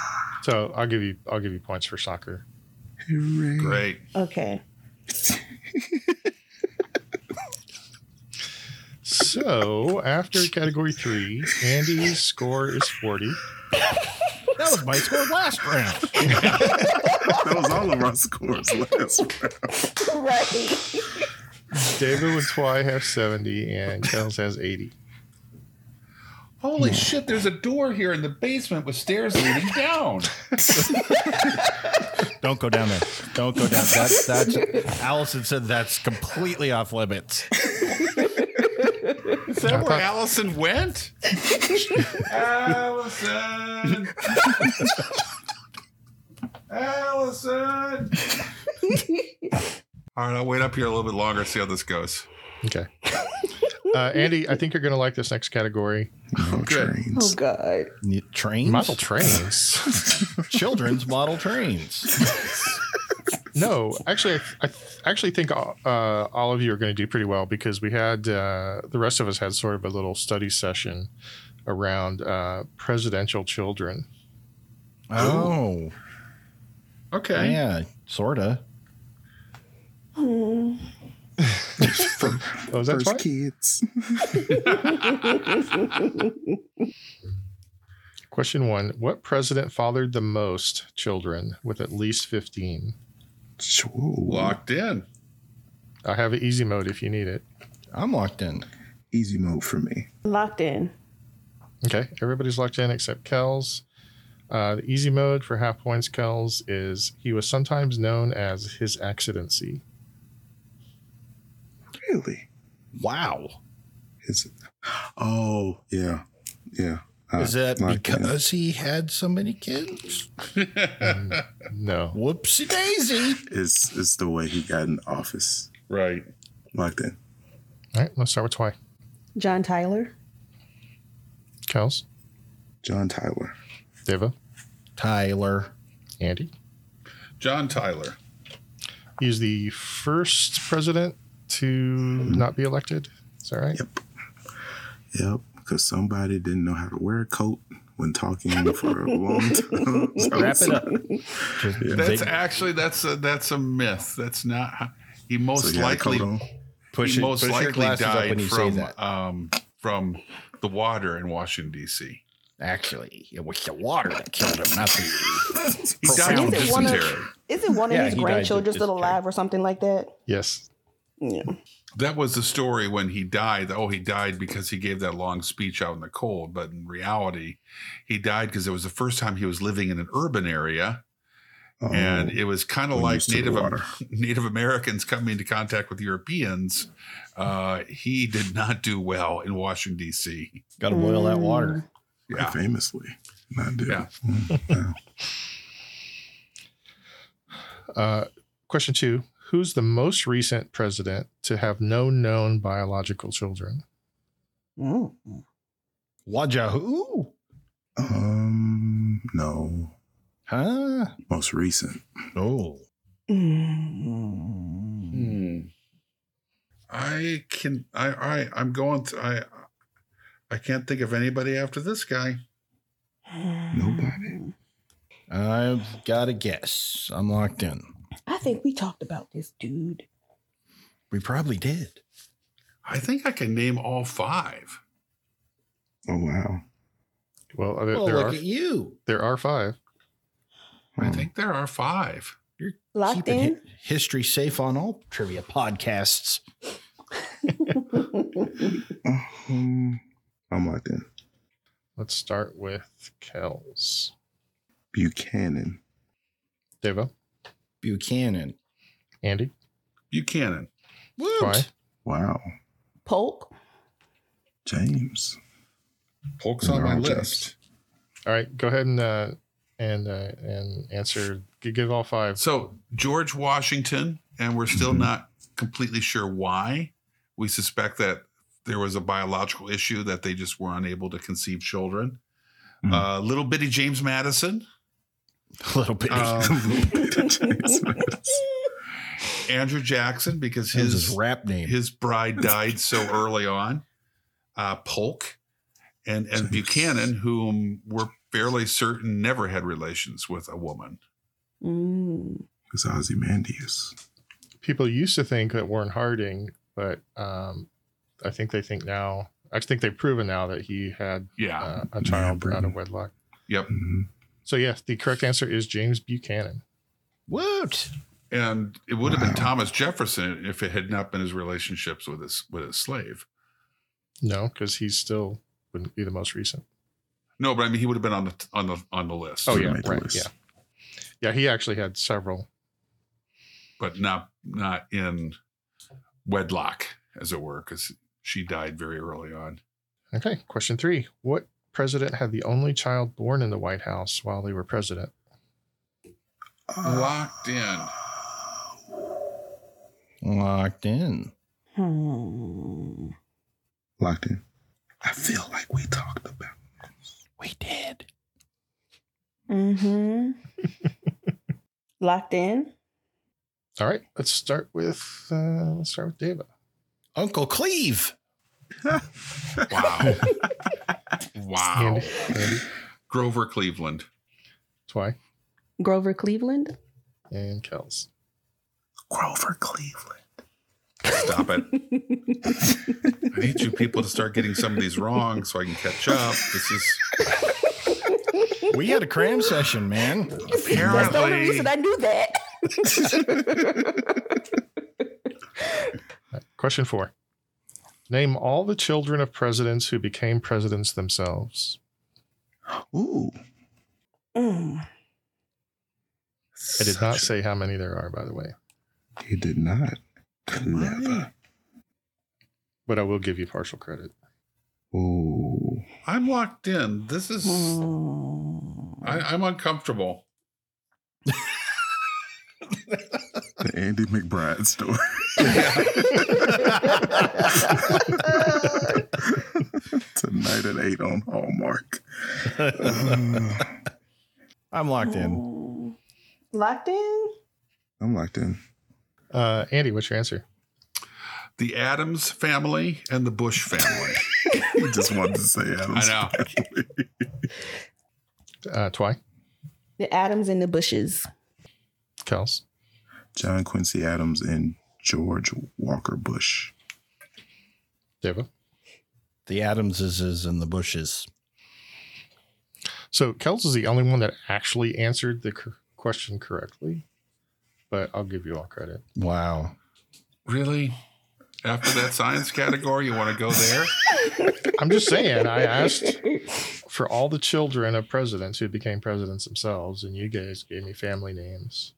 S5: So I'll give you I'll give you points for soccer.
S2: Hooray.
S4: Great.
S3: Okay.
S5: So after category three, Andy's score is 40.
S1: That was my score last round.
S2: That was all of our scores last round.
S3: Right.
S5: David and Twy have 70 and Kels has 80.
S4: Holy shit, there's a door here in the basement with stairs leading down.
S1: Don't go down there. Don't go down. That's that's. Allison said that's completely off limits.
S4: Is that where Allison went? Allison! Allison! All right, I'll wait up here a little bit longer, see how this goes.
S5: Okay. Uh, Andy, I think you're going to like this next category.
S2: Oh,
S3: Oh
S2: trains.
S3: God.
S1: N- Trains,
S5: Model trains.
S1: children's model trains.
S5: no, actually, I, I th- actually think all, uh, all of you are going to do pretty well because we had uh, the rest of us had sort of a little study session around uh, presidential children.
S1: Oh,
S4: Okay.
S1: yeah, sorta.
S5: Oh, is that
S2: First
S5: twice?
S2: kids.
S5: Question one: What president fathered the most children with at least fifteen?
S2: Whoa.
S4: Locked in.
S5: I have an easy mode if you need it.
S1: I'm locked in.
S2: Easy mode for me.
S3: Locked in.
S5: Okay, everybody's locked in except Kells. Uh, the easy mode for half points, Kells, is he was sometimes known as His Excellency.
S2: Really?
S1: Wow.
S2: Is it? Oh, yeah. Yeah. Uh,
S4: Uh,
S1: Is that
S2: like that.
S1: because he had so many kids?
S5: No,
S1: Whoopsie daisy.
S2: It's, it's the way he got in office.
S4: Right.
S2: Locked in.
S5: All right, let's start with Twy.
S3: John Tyler.
S5: Kels,
S2: John Tyler.
S5: Deva,
S1: Tyler.
S5: Andy.
S4: John Tyler.
S5: He is the first president to not be elected. Is that right?
S2: Yep. Yep. Because somebody didn't know how to wear a coat when talking for a long time. So
S1: Wrap it up. Just
S4: That's
S1: zig-
S4: actually that's a that's a myth. That's not how, he
S2: so
S4: most
S2: he had a
S4: likely
S2: coat on.
S1: push
S4: he
S1: it-
S4: most
S1: push your
S4: likely
S1: glasses up
S4: died
S1: when you say
S4: from
S1: that.
S4: um from the water in Washington D.C.
S1: Actually, it was the water that killed him, not the.
S4: He died
S1: Profound
S4: from
S3: Is it one of-
S4: dysentery.
S3: Is it one of
S1: Yeah,
S3: his
S1: he died
S3: grandchildren
S1: just-
S3: still alive or something like that?
S5: Yes.
S3: Yeah.
S4: That was the story when he died. Oh, he died because he gave that long speech out in the cold. But in reality, he died because it was the first time he was living in an urban area,
S2: Oh,
S4: and it was kind of
S2: when
S4: like
S2: used to the
S4: Native
S2: water.
S4: Native Americans coming into contact with Europeans. Uh, he did not do well in Washington D.C.
S1: Got to boil that water.
S4: Yeah.
S2: famously. Not did.
S4: Yeah.
S5: Uh, question two Who's the most recent president to have no known biological children?
S3: Mm.
S4: Hmm.
S1: Wajahoo?
S2: Um, no.
S1: Huh?
S2: Most recent.
S1: Oh.
S3: Mm.
S4: I can. I. I. I'm going. Th- I. I can't think of anybody after this guy.
S2: Nobody.
S1: I've got a guess. I'm locked in.
S3: I think we talked about this dude.
S1: We probably did.
S4: I think I can name all five.
S2: Oh, wow.
S5: Well, uh, there,
S1: Oh,
S5: there
S1: look
S5: are,
S1: at you.
S5: there are five.
S4: I
S2: Hmm.
S4: think there are five.
S3: Locked
S1: Keeping
S3: in.
S1: hi- history safe on all trivia podcasts.
S2: Um, I'm locked in.
S5: Let's start with Kells.
S2: Buchanan.
S5: Deva,
S1: Buchanan.
S5: Andy,
S4: Buchanan.
S5: Twy,
S1: Whoops.
S2: Wow.
S3: Polk.
S2: James.
S4: Polk's
S2: There
S4: on my
S2: are
S4: list.
S5: All right, go ahead and uh, and uh, and answer. G- Give all five.
S4: So George Washington, and we're still
S2: Mhm.
S4: not completely sure why. We suspect that there was a biological issue that they just were unable to conceive children.
S2: Mhm.
S4: Uh, little bitty James Madison,
S1: A little bit.
S4: um,
S2: James Madison.
S4: Andrew Jackson, because
S1: his, his
S4: his
S1: rap name.
S4: his bride died so early on. Uh, Polk and and
S2: Jeez.
S4: Buchanan, whom we're fairly certain never had relations with a woman.
S3: Mm.
S2: It's Ozymandias.
S5: People used to think that Warren Harding, but um, I think they think now. I think they've proven now that he had
S4: Yeah.
S5: uh, a child
S2: Britain.
S5: out of wedlock.
S4: yep.
S2: Mhm.
S5: So yes, the correct answer is James Buchanan.
S1: What?
S4: And it would have been
S2: Wow.
S4: Thomas Jefferson if it had not been his relationships with his with his slave.
S5: No, because he still wouldn't be the most recent.
S4: No, but I mean he would have been on the on the on the list.
S5: Oh
S2: Should've
S5: yeah,
S2: made the
S5: right.
S2: list.
S5: Yeah, yeah. He actually had several.
S4: but not not in wedlock, as it were, because she died very early on.
S5: Okay. Question three: What president had the only child born in the White House while they were president?
S4: Locked in.
S2: Ah.
S1: Locked in.
S3: Hmm.
S2: Locked in. I feel like we talked about
S1: We did.
S3: Mm-hmm. Locked in.
S5: All right, let's start with uh, let's start with Deva.
S1: Uncle Cleve.
S4: Wow. wow.
S5: Andy, Andy,
S4: Grover Cleveland.
S5: Twy,
S3: Grover Cleveland.
S5: and Kels.
S2: Grover Cleveland.
S4: Stop it. I need you people to start getting some of these wrong so I can catch up. This is
S1: We had a cram session, man.
S3: That's the only reason I
S4: apparently
S3: knew that.
S5: All right, Question four: Name all the children of presidents who became presidents themselves.
S2: Ooh.
S3: Mm.
S5: I did not say how many there are, by the way,
S2: He did not. Clever.
S5: but I will give you partial credit.
S2: Ooh.
S4: I'm locked in. This is
S5: Oh.
S3: Mm.
S4: I, I'm uncomfortable.
S2: The Andy McBride story. Tonight at 8 on Hallmark. Uh,
S1: I'm locked in.
S3: Mm. Locked in?
S2: I'm locked in.
S5: Uh, Andy, what's your answer?
S4: The Adams family and the Bush family.
S2: He just wanted to say
S4: I
S2: Adam's.
S4: know.
S5: Uh, Twy,
S3: The Adams in the bushes.
S5: Kels,
S2: John Quincy Adams and George Walker Bush.
S5: Deva.
S1: The Adamses is in the bushes.
S5: So Kels is the only one that actually answered the cor- question correctly, but I'll give you all credit.
S1: Wow.
S4: Really? After that science category, you want to go there?
S5: I'm just saying, I asked for all the children of presidents who became presidents themselves, and you guys gave me family names.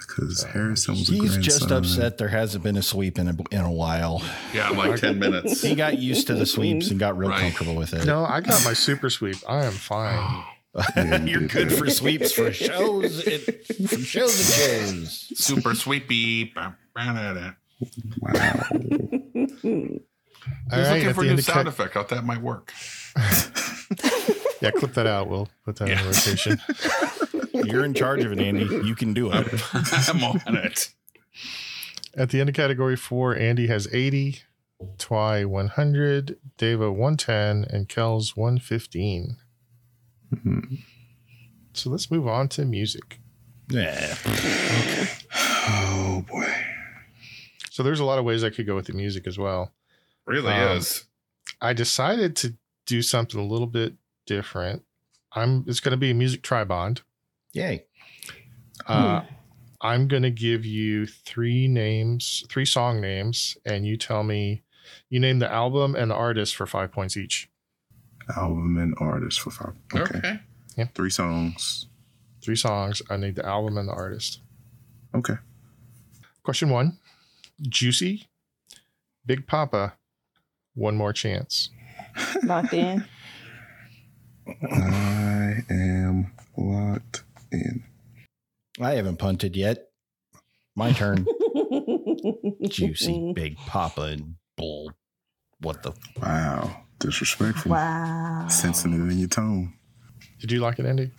S2: Because Harrison was a
S1: He's
S2: grandson.
S1: just upset there hasn't been a sweep in a, in a while.
S4: Yeah, in like 10 minutes.
S1: He got used to the sweeps and got real
S4: Right.
S1: comfortable with it.
S5: No, I got my super sweep. I am fine.
S1: You're good for sweeps for shows. It, for shows and shows.
S4: Super sweepy. Ba- ba- da- da.
S2: Wow.
S3: Mm,
S5: All
S4: I was
S5: right,
S4: looking
S5: at
S4: for a
S5: the
S4: new
S5: end of
S4: sound
S5: ca-
S4: effect. I thought that might work.
S5: yeah, clip that out. We'll put that in
S4: Yeah.
S5: rotation.
S1: You're in charge of it, Andy. You can do it.
S4: I'm on it.
S5: At the end of category four, Andy has 80, Twy 100, Deva 110, and Kels 115.
S2: Mhm.
S5: So let's move on to music.
S1: Yeah.
S2: Oh, boy.
S5: So there's a lot of ways I could go with the music as well.
S4: Really
S5: Um,
S4: is.
S5: I decided to do something a little bit different. I'm it's going to be a music tribond.
S1: Yay.
S5: Uh,
S4: Hmm.
S5: I'm going to give you three names, three song names, and you tell me, you name the album and the artist for five points each.
S2: Album and artist for five. Okay.
S4: Okay.
S2: Three songs.
S5: Three songs. I need the album and the artist.
S2: Okay.
S5: Question one Juicy, Big Papa, One More Chance.
S3: Locked in.
S2: I am locked in.
S1: I haven't punted yet. My turn. Juicy Big Papa and Bull. What the?
S2: Wow. Disrespectful.
S3: Wow.
S2: Sensing it in your tone.
S5: Did you like it, Andy?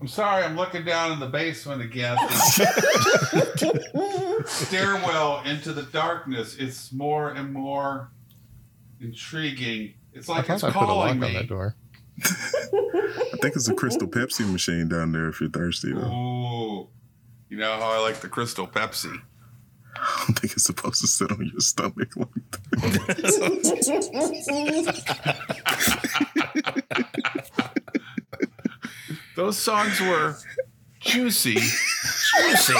S4: I'm sorry, I'm looking down in the basement again. stairwell into the darkness. It's more and more intriguing. It's like
S5: I
S4: it's
S5: thought I put a lock
S4: calling
S5: on that
S4: me.
S5: door.
S2: I think it's a crystal Pepsi machine down there if you're thirsty, though.
S4: Ooh. You know how I like the crystal Pepsi.
S2: I don't think it's supposed to sit on your stomach like that.
S4: Those songs were juicy, juicy.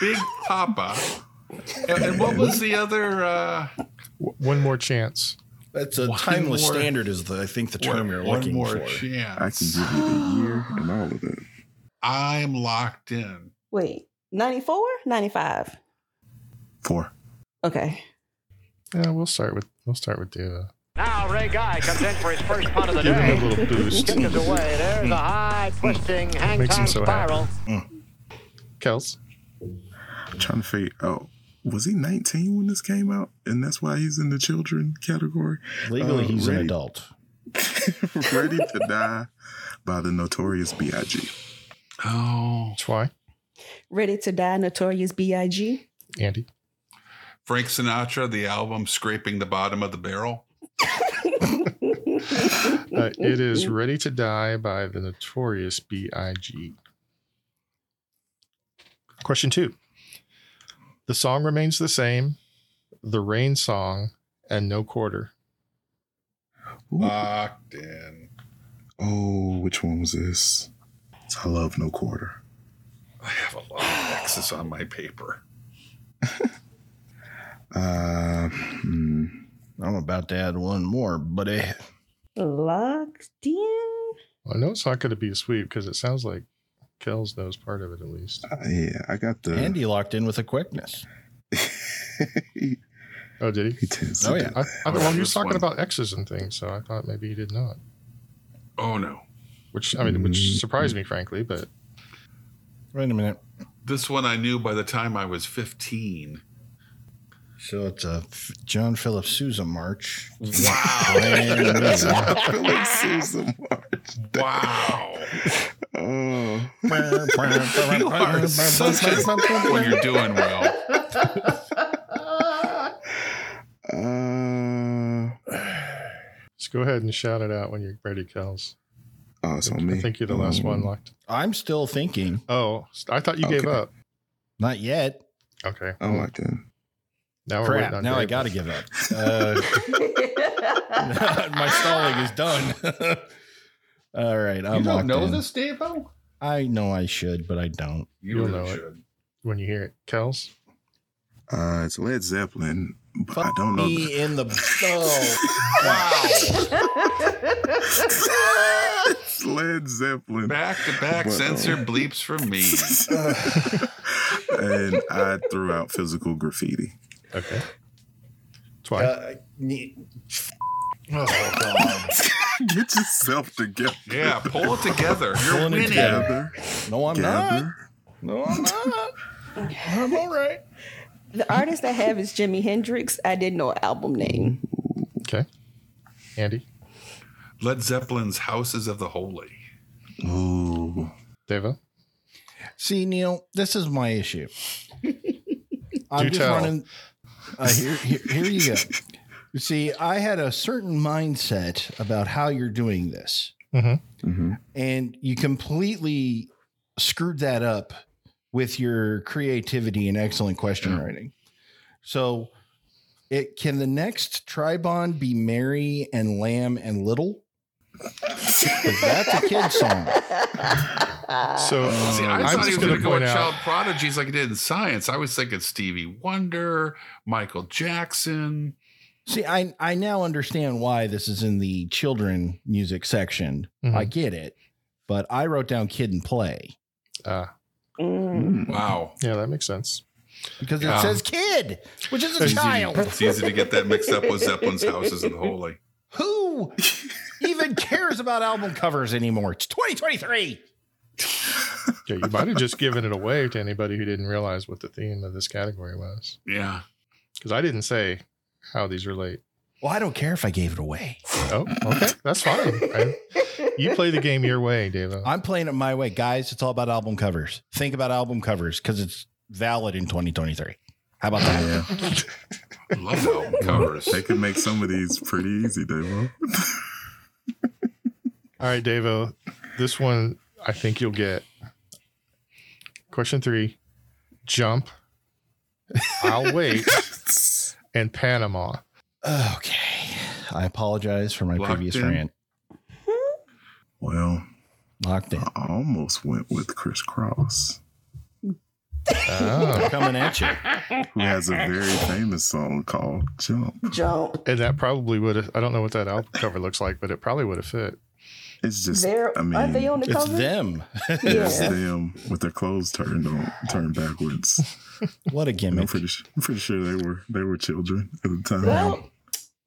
S4: Big Papa. And, and what was the other? Uh,
S5: W- One More Chance.
S1: That's a
S4: One
S1: timeless
S4: more-
S1: standard is the I think the term
S4: one,
S1: you're
S4: one
S1: looking
S4: more
S1: for.
S2: I can
S4: chance.
S2: give you the year and all of that.
S4: I'm locked in.
S3: Wait, 94? 95.
S2: Four.
S3: Okay.
S5: Yeah, we'll start with we'll start with uh, Deva.
S9: Now Ray Guy comes in for his first punt of the
S5: Give him a
S9: day.
S5: little boost.
S9: Kick is away. There's a high twisting hang
S5: Makes him
S9: time
S5: so happy.
S9: spiral.
S5: Kels.
S2: I'm trying to figure out. Was he 19 when this came out? And that's why he's in the children category?
S1: Legally,
S2: Uh,
S1: he's an
S2: ready-
S1: adult.
S2: Ready to Die by the Notorious B.I.G.
S4: Oh,
S5: That's why,
S3: Ready to die, notorious B.I.G.
S5: Andy.
S4: Frank Sinatra, the album "Scraping the Bottom of the Barrel."
S5: Uh, it is Ready to Die by the Notorious B.I.G. Question two. The song remains the same, the rain song, and no quarter.
S4: Locked in.
S2: Oh, which one was this? I love no quarter.
S4: I have a lot of X's on my paper.
S2: Uh, hmm.
S1: I'm about to add one more, eh, buddy.
S3: Locked in.
S5: Well, I know it's not going to be a sweep because it sounds like Kells knows part of it at least.
S2: Uh, yeah, I got the.
S1: Andy locked in with a quickness.
S2: he,
S5: Oh, did he?
S2: he tends to
S1: Oh,
S2: do
S1: yeah.
S5: I, I, well, he was
S4: This
S5: talking
S4: one.
S5: about X's and things, so I thought maybe he did not.
S4: Oh no,
S5: Which I mean, which
S2: Mm.
S5: surprised me, frankly. But
S1: Wait a minute.
S4: this one I knew by the time I was fifteen.
S1: So it's a F- John Philip Sousa march.
S4: Wow!
S1: Brand new.
S2: I feel like Susan March.
S4: wow!
S2: Oh,
S4: You are such a when you're doing well.
S2: uh,
S5: just go ahead and shout it out when you're ready, Kells.
S2: oh, it's on me. Mm-hmm.
S5: I think you're the last one locked.
S1: I'm still thinking.
S5: Oh, I thought you gave
S2: Okay.
S5: up.
S1: Not yet.
S5: Okay.
S2: Oh my god.
S5: Now we're
S1: Crap.
S5: waiting on
S1: Now I
S5: Dave.
S1: got to give up. Uh, my stalling is done. All right. I'm
S4: you don't
S1: locked
S4: know
S1: in.
S4: this, Davo?
S1: I know I should, but I don't.
S4: You
S5: You'll
S4: really
S5: know it.
S4: should.
S5: when you hear it. Kells,
S2: Uh, it's Led Zeppelin, but I don't know.
S1: Me in the. Oh, wow.
S2: It's Led Zeppelin.
S4: Back to back
S2: But, um,
S4: censor bleeps from me.
S2: and I threw out physical graffiti.
S5: okay. Twice.
S1: Uh, ne- oh, God.
S2: Get yourself together.
S4: Yeah, pull it together. You're
S1: Pulling it
S4: winning.
S1: together.
S2: Gather.
S1: No, I'm not.
S2: gather.
S1: No, I'm not. I'm all right.
S3: the artist I have is Jimi Hendrix. I didn't know album name.
S5: Okay. Andy,
S4: Led Zeppelin's Houses of the Holy.
S2: Ooh.
S5: Deva,
S1: See, Neil, this is my issue. I'm
S5: Do
S1: just
S5: tell.
S1: running. Uh, here, here, here you go. You see, I had a certain mindset about how you're doing this,
S5: Mhm.
S2: Mhm.
S1: and you completely screwed that up with your creativity and excellent question writing. So, it can the next tribond be Mary and Lamb and Little? 'Cause That's a kid song. Uh,
S5: So
S4: See, I
S5: Uh, I'm
S4: thought he was
S5: just going
S4: going
S5: to
S4: to go
S5: point
S4: with
S5: out.
S4: child prodigies like he did in science. I was thinking Stevie Wonder, Michael Jackson.
S1: See, I I now understand why this is in the children music section.
S5: Mhm.
S1: I get it, but I wrote down kid and play
S5: Ah,
S3: Mm.
S4: Wow.
S5: yeah, that makes sense.
S1: because it
S4: Yeah.
S1: says kid, which is a
S4: It's easy-
S1: child.
S4: It's easy to get that mixed up with Zeppelin's Houses of the Holy.
S1: Who even cares about album covers anymore? It's 2023.
S5: Yeah, you might have just given it away to anybody who didn't realize what the theme of this category was.
S4: Yeah.
S5: Because I didn't say how these relate.
S1: Well, I don't care if I gave it away.
S5: Oh, okay. That's fine. I- you play the game your way, Deva.
S1: I'm playing it my way, guys. It's all about album covers. Think about album covers because it's valid in 2023. How about that?
S2: Yeah.
S4: Love album covers.
S2: They could make some of these pretty easy, Dave.
S5: All right, Davo. This one I think you'll get. Question three Jump. I'll wait. And Panama.
S1: Okay. I apologize for my
S4: Locked
S1: previous
S4: in.
S1: rant.
S2: Well,
S1: Locked in.
S2: I almost went with Chris Cross,
S5: Oh.
S1: Coming at you.
S2: who has a very famous song called Jump.
S3: Jump.
S5: And that probably would have, I don't know what that album cover looks like, but it probably would have fit.
S2: It's just,
S3: They're,
S2: I mean,
S3: aren't they on the
S1: It's
S3: cover?
S1: them.
S2: it's
S3: Yeah.
S2: them with their clothes turned on, turned backwards.
S1: What a
S2: And I'm
S1: gimmick.
S2: pretty, su- I'm pretty sure they were they were children at the time.
S3: Well,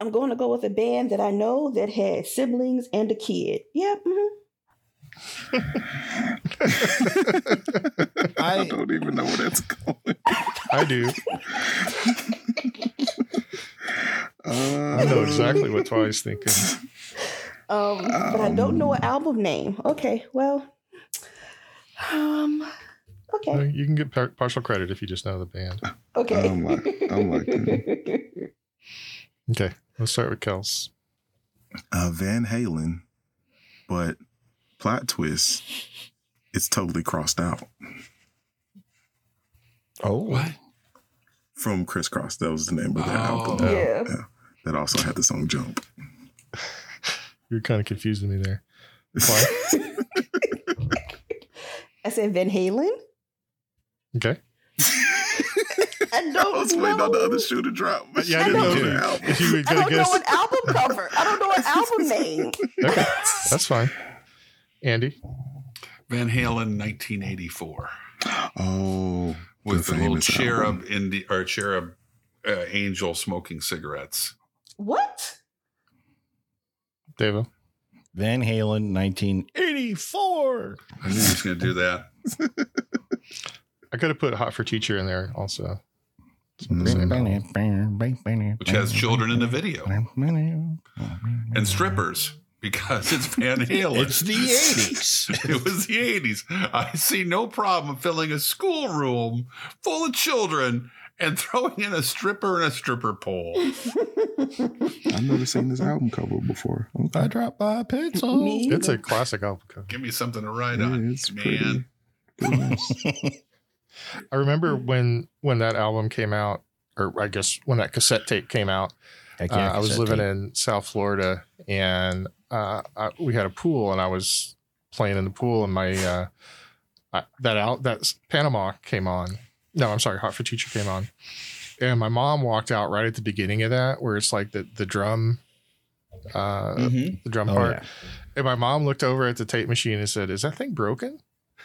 S3: I'm going to go with a band that I know that had siblings and a kid. Yep. mhm.
S2: I
S1: I
S2: don't even know what that's called.
S5: I do. I
S2: Uh,
S5: know exactly what Twi's thinking.
S3: Um, but I don't know an album name. Okay, well, Um.
S5: No,
S3: Okay.
S5: You can get par- partial credit if you just know the band.
S3: Okay.
S2: Oh my- oh my
S5: Okay, let's start with Kels.
S2: uh, Van Halen, but plot twist, it's totally crossed out
S1: Oh,
S4: What?
S2: from Crisscross. That was the name of that
S4: Oh.
S2: album.
S3: yeah.
S2: That also had the song Jump.
S5: You're kind of confusing me there.
S3: I said Van Halen.
S5: Okay.
S3: I
S2: I was
S3: don't
S2: waiting on the
S3: know.
S2: other shoe to drop. but
S5: Yeah, I
S2: didn't
S5: didn't
S2: know
S5: do
S2: the
S5: it.
S2: album.
S5: If you were
S3: I
S5: gonna
S3: don't know
S5: guess,
S3: an album cover. I don't know an album name.
S5: okay, that's fine. Andy,
S4: Van Halen, 1984,
S2: Oh,
S4: with the, little
S2: famous
S4: cherub
S2: album.
S4: in the or cherub uh, angel smoking cigarettes.
S3: What?
S5: Devo,
S1: Van Halen, 1984.
S4: I knew he was going to do that.
S5: I could have put "Hot for Teacher" in there also.
S2: Mm-hmm.
S4: Which has children in the video and strippers because it's Van Halen.
S1: It's the 80s.
S4: it was the 80s. I see no problem filling a schoolroom full of children and throwing in a stripper and a stripper pole.
S2: I've never seen this album cover before. Okay.
S1: I dropped my pencil.
S3: Me?
S5: It's a classic album cover.
S4: Give me something to ride
S2: Yeah,
S4: on,
S2: it's
S4: man.
S2: pretty. nice.
S5: I remember when when that album came out, or I guess when that cassette tape came out.
S1: Heck
S5: Uh,
S1: yeah,
S5: I was
S1: cassette
S5: living
S1: tape.
S5: in South Florida, and uh, I, we had a pool, and I was playing in the pool, and my uh, I, that out that s- Panama came on. No, I'm sorry, Hot for Teacher came on, and my mom walked out right at the beginning of that, where it's like the the drum, uh,
S4: Mhm.
S5: the drum
S1: Oh,
S5: part,
S1: yeah.
S5: and my mom looked over at the tape machine and said, "Is that thing broken?"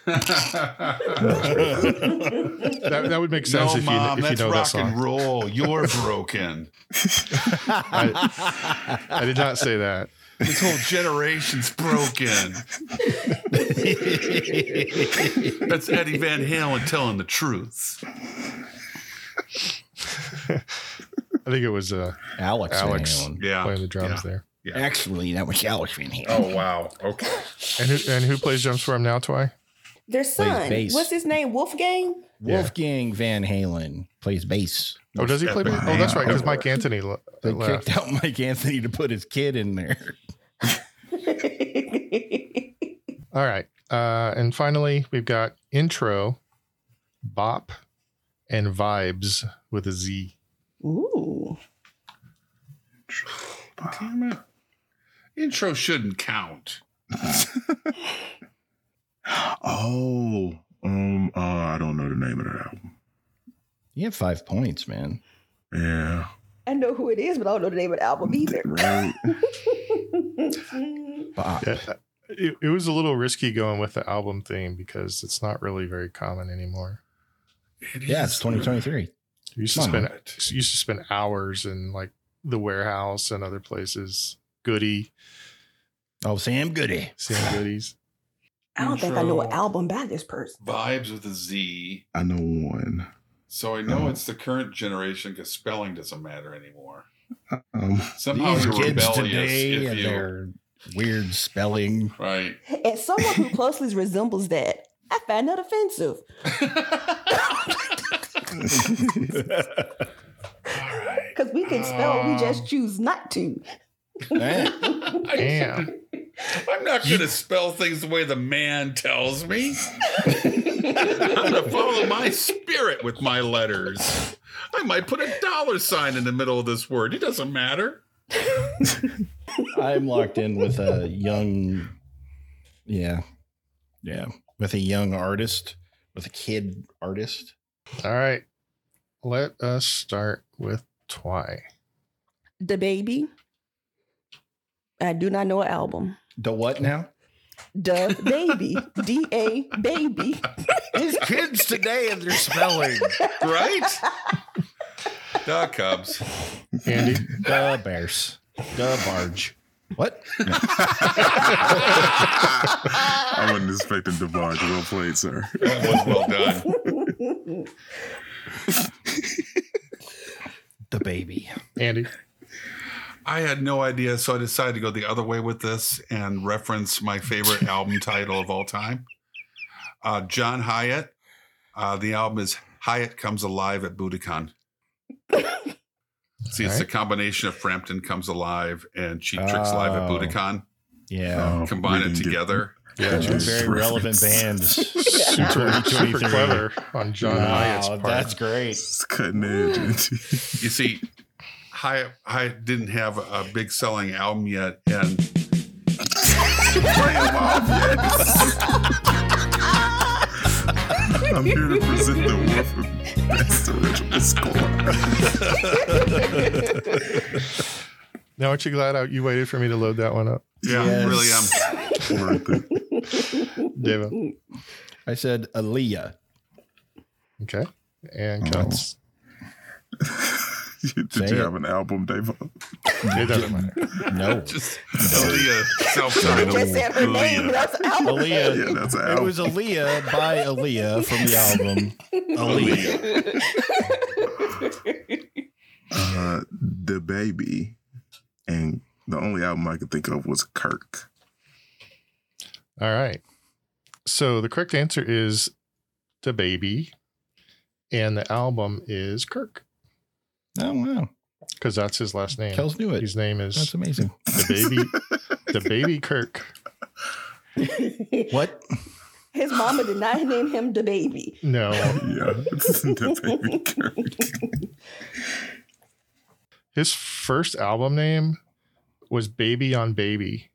S5: That that would make sense
S4: no,
S5: if you
S4: mom,
S5: if you
S4: that's
S5: know that
S4: rock
S5: song.
S4: and roll. You're broken.
S5: I did not say that.
S4: This whole generation's broken. That's Eddie Van Halen telling the truth.
S5: I think it was uh,
S1: Alex,
S5: Alex.
S1: Van Halen.
S4: Yeah.
S5: playing the drums there.
S1: Actually, that was Alex Van Halen.
S5: Oh,
S4: Oh, wow. Okay.
S5: And who, and who plays drums for him now, Twy?
S3: Their son.
S1: bass.
S3: What's his name? Wolfgang.
S5: Yeah.
S1: Wolfgang Van Halen plays bass.
S5: Oh, does he play? bass? Oh, that's right, because Mike Anthony le-
S1: They
S5: left.
S1: kicked out Mike Anthony to put his kid in there.
S5: All right, uh, and finally we've got intro, bop, and vibes with a Z.
S3: Ooh.
S4: Damn it. Intro shouldn't count.
S2: oh, um, uh, I don't know the name of that album.
S1: You have five points, man.
S2: Yeah,
S3: I know who it is, but I don't know the name of the album either.
S2: right.
S1: Bop.
S5: Yeah, Uh, it, it was a little risky going with the album theme because it's not really very common anymore.
S4: It
S1: Yeah,
S4: is-
S1: it's 2023.
S5: You used to
S1: Come
S5: spend you used to spend hours in like the warehouse and other places. Goody,
S1: Oh, Sam Goody.
S5: Sam Goodies.
S3: I don't think I know an
S4: Intro.
S3: album by this person.
S4: Vibes with a Z.
S2: I know one.
S4: So I know
S5: Mm-hmm.
S2: Oh.
S4: it's the current generation because spelling doesn't matter anymore.
S2: Um,
S4: Somehow
S1: These
S4: you're
S1: kids
S4: rebellious
S1: today
S4: if
S1: and
S4: you
S1: their weird spelling.
S4: right.
S3: As someone who closely resembles that, I find that offensive. Because we can spell, we just choose not to.
S1: Eh,
S5: Damn.
S4: I'm not going to spell things the way the man tells me. I'm going to follow my spirit with my letters. I might put a dollar sign in the middle of this word. It doesn't matter.
S1: I'm locked in with a young, yeah, yeah, with a young artist, with a kid artist.
S5: All right, let us start with Twy.
S3: The Baby. I do not know an album.
S1: The what now?
S3: The Baby. D A Baby.
S1: These kids today and their spelling.
S4: Right? Duh, Cubs.
S5: Andy.
S1: The bears. The barge. What?
S2: I wasn't expecting the barge. Well played, sir.
S4: That was well done.
S1: The baby.
S5: Andy.
S4: I had no idea, so I decided to go the other way with this and reference my favorite album title of all time. Uh, John Hyatt. Uh, the album is Hyatt Comes Alive at Budokan. See, it's
S5: All
S4: a combination of Frampton Comes Alive and Cheap Tricks Live at
S1: Oh.
S4: Budokan.
S1: Yeah.
S2: Oh,
S4: Combine
S2: we
S4: it
S2: didn't get-
S4: together.
S5: Yeah,
S2: Yeah.
S5: just
S1: Very
S2: reference.
S1: relevant bands.
S5: super, super
S1: 2023.
S5: clever on
S1: Oh,
S5: John Hyatt's
S1: Wow,
S5: part.
S1: that's great.
S2: It's cutting edge, Angie.
S4: You see, Hyatt, Hyatt didn't have a big selling album yet, and
S2: I'm here to present the Wolf Best Original Score.
S5: now, aren't you glad I, you waited for me to load that one up,
S4: yeah,
S1: Yes.
S4: really, um,
S2: Worth it.
S5: David?
S1: I said Aaliyah.
S5: Okay, and
S2: Oh.
S5: cuts.
S2: Did
S1: Say
S2: you
S1: it.
S2: have an album, Dave?
S5: It doesn't matter.
S1: No.
S4: just Aaliyah
S3: I
S4: self-titled
S3: just said her name.
S4: Aaliyah.
S3: That's out.
S1: Aaliyah.
S2: Yeah, that's an
S1: It
S2: album.
S1: was Aaliyah by Aaliyah from the album Aaliyah.
S2: uh, the baby, and the only album I could think of was Kirk.
S5: All right. So the correct answer is the baby, and the album is Kirk
S1: Oh wow,
S5: because that's his last name.
S1: Kels knew it.
S5: His name is
S1: That's amazing.
S5: the baby, the baby Kirk.
S1: What?
S3: His mama did not name him the baby.
S5: No,
S2: Yeah, the baby Kirk.
S5: his first album name was Baby on Baby,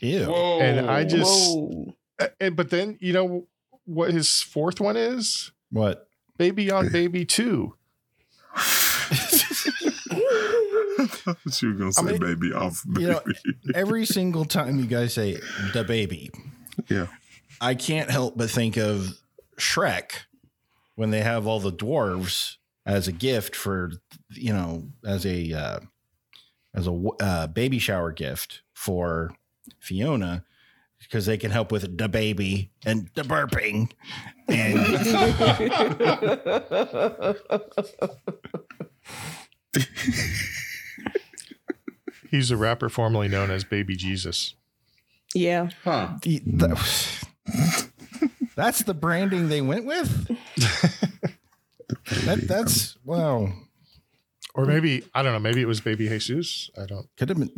S1: Ew.
S4: Whoa.
S5: and I just.
S3: Whoa.
S5: Uh, and but then you know what his fourth one is
S1: What?
S5: baby on baby 2
S2: I thought you were gonna say
S1: mean,
S2: baby off baby.
S1: you know- Every single time you guys say the baby,
S2: yeah,
S1: I can't help but think of Shrek when they have all the dwarves as a gift for you know as a uh, as a w- uh, baby shower gift for Fiona because they can help with the baby and the burping and
S5: he's a rapper formerly known as baby jesus
S3: yeah.
S1: the, the, that's the branding they went with. That, that's wow.
S5: or maybe i don't know maybe it was baby jesus i don't
S1: Could have been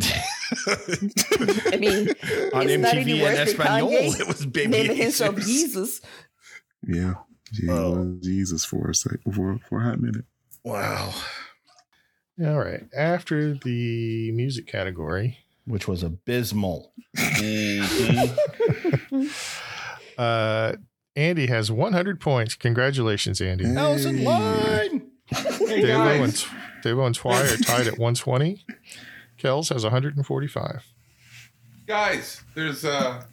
S3: I mean,
S1: on
S3: It's not any
S1: MTV
S3: worse
S1: and
S3: than
S1: Espanol.
S3: Kanye
S1: It was baby.
S3: naming himself
S1: Jesus.
S3: Jesus.
S2: yeah. Gee,
S1: Oh.
S2: well, Jesus for a sec for for a hot minute.
S1: Wow.
S5: all right after the music category
S1: Which was abysmal.
S5: uh andy has 100 points congratulations andy
S1: Allison Line.
S5: Davo and, Davo and Twy are tied at 120 kells has 145
S4: Guys, there's a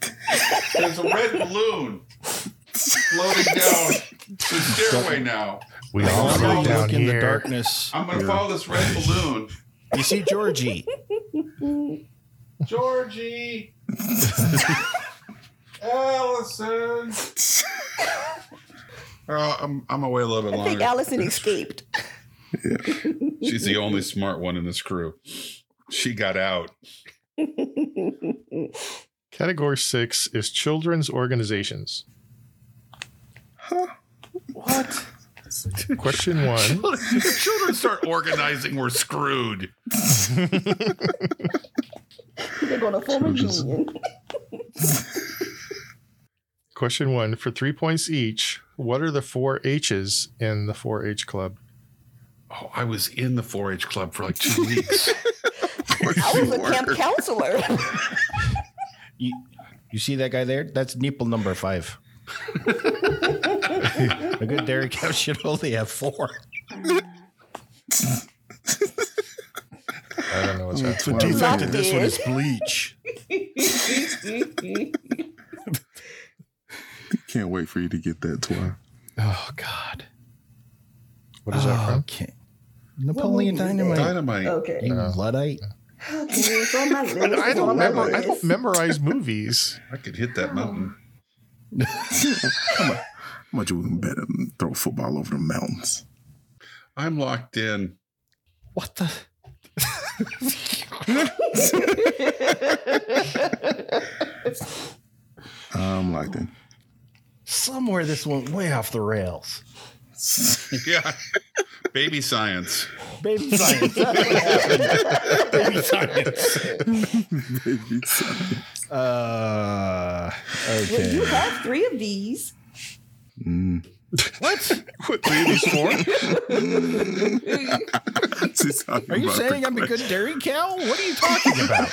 S4: there's a red balloon floating down the stairway now.
S5: we all
S4: I'm
S5: go
S4: gonna
S5: down
S1: look in the
S5: here
S1: darkness.
S4: I'm gonna follow this red balloon.
S1: You see Georgie.
S4: Georgie, Allison. Oh, I'm I'm away a little bit
S3: I think
S4: longer.
S3: Allison escaped.
S4: She's the only smart one in this crew. She got out.
S5: category six is children's organizations
S4: What?
S5: Question one.
S4: if children start organizing, we're screwed.
S3: They're going to form a union.
S5: Question one for three points each. What are the four H's in the 4-H club?
S4: Oh, I was in the 4-H club for like two weeks.
S3: I was a camp counselor.
S1: You, you see that guy there? That's nipple number five. a good dairy cow should only have four.
S5: I don't know what's happening.
S2: Wow.
S3: Locked in. this one is
S1: bleach.
S2: Can't wait for you to get that twi.
S1: Oh God.
S5: What is that from?
S1: Okay. Napoleon
S3: Well, we-
S1: Dynamite.
S4: Dynamite.
S3: okay.
S1: You Luddite.
S3: Okay, it's on my list.
S2: Oh.
S5: I
S3: It's
S5: don't
S3: on my
S5: memor- I don't
S3: list.
S5: memorize movies.
S4: I could hit that mountain.
S2: Much would better than throw a football over the mountains.
S4: I'm locked in.
S1: What the?
S2: I'm like that.
S1: somewhere this went way off the rails.
S4: Yeah. Baby science.
S1: Baby science. That's what happened. Baby science.
S2: Baby science.
S1: Uh,
S3: Well, you
S1: okay.
S3: have three of these.
S1: What?
S5: What three of these four?
S2: She's talking
S1: Are you
S2: about the
S1: saying I'm a good
S2: question.
S1: dairy cow? What are you talking about?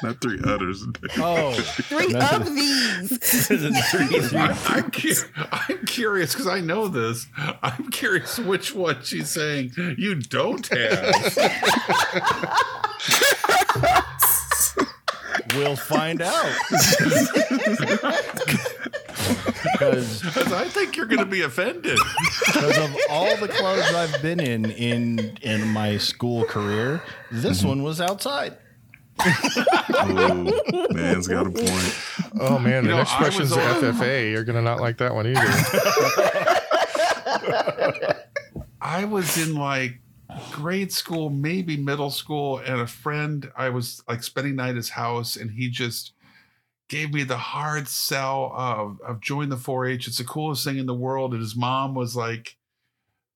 S2: Not three udders.
S1: Oh,
S3: Three of these.
S4: I'm, cu- I'm curious because I know this. I'm curious which one she's saying you don't have.
S1: we'll find out. Because
S4: 'Cause I think you're going to be offended.
S1: of all the clubs I've been in in in my school career, this one was outside.
S2: Oh, man's got a point.
S5: Oh man, the
S4: know,
S5: next
S4: I
S5: question's
S4: was on-
S5: FFA. You're gonna not like that one either.
S4: I was in like grade school, maybe middle school, and a friend, I was like spending night at his house, and he just gave me the hard sell of of join the 4-H. It's the coolest thing in the world. And his mom was like,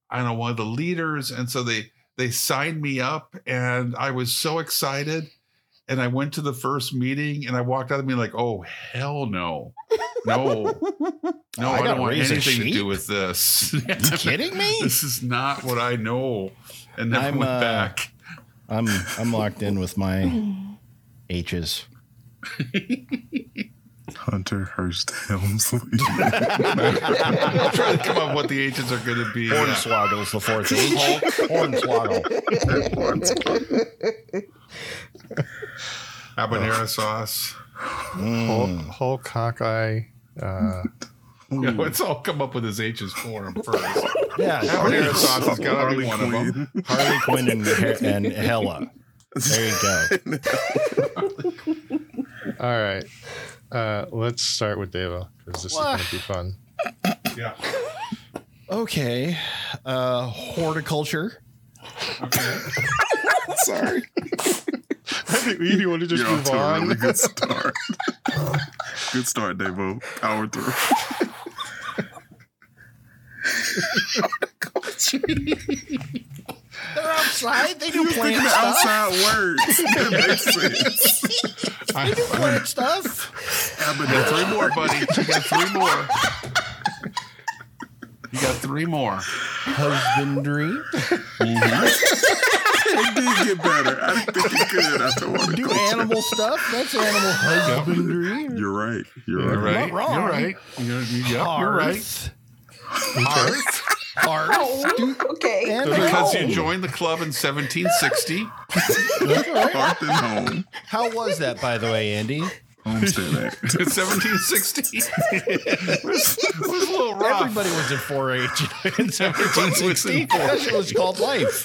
S4: I don't know, one of the leaders. And so they they signed me up and I was so excited. And I went to the first meeting and I walked out of me like, oh hell no. No. No,
S1: I
S4: I,
S1: gotta
S4: don't want
S1: raise a
S4: anything to
S1: sheep?
S4: do with this.
S1: You kidding me?
S4: This is not what I know. And then
S1: I'm,
S4: I went
S1: uh,
S4: back.
S1: I'm I'm locked in with my H's.
S2: Hunter Hurst Helmsley.
S4: I'm trying to come up with what the agents are going to be.
S1: Hornswoggle is the fourth H. Hornswoggle.
S4: Habanero sauce.
S2: Hmm.
S5: Hulk, Hulk Hawkeye. Uh,
S4: Yeah, let's all come up with his H's for him first.
S1: Yeah,
S4: Habanero sauce has got to be
S2: Harley
S4: one of them.
S2: Quinn.
S1: Harley Quinn and, Her- and Hella. There you go.
S5: all right, uh, let's start with Deva because this is gonna be fun.
S4: Yeah.
S1: Okay, uh, horticulture.
S2: Sorry.
S5: I think you want to just
S2: You're off
S5: move
S2: to a
S5: on.
S2: really good start. good start, Devo. Power through.
S1: They're outside. They do
S2: Thinking
S1: plant
S2: of
S1: stuff.
S2: outside words. That makes sense.
S1: They do plant stuff.
S2: Habanero.
S4: Three more, buddy. You got three more. You got three more.
S1: Husbandry.
S2: It did get better. I didn't think it could after one.
S1: Do animal stuff. That's animal husbandry.
S2: You're right. You're
S4: You're
S2: right.
S4: right.
S1: wrong.
S4: You're right. You're, you yep, you're right.
S1: Hearth. Hearth. Hearth. Do
S3: Okay.
S1: animal.
S3: oh
S4: Because you joined the club in 1760.
S2: Hearth and home.
S1: How was that, by the way, Andy?
S2: Homestead Act.
S4: 1760. it, was, it was a little rough.
S1: Everybody was in 4-H in 1760.
S4: 1760.
S1: That's what it's called life.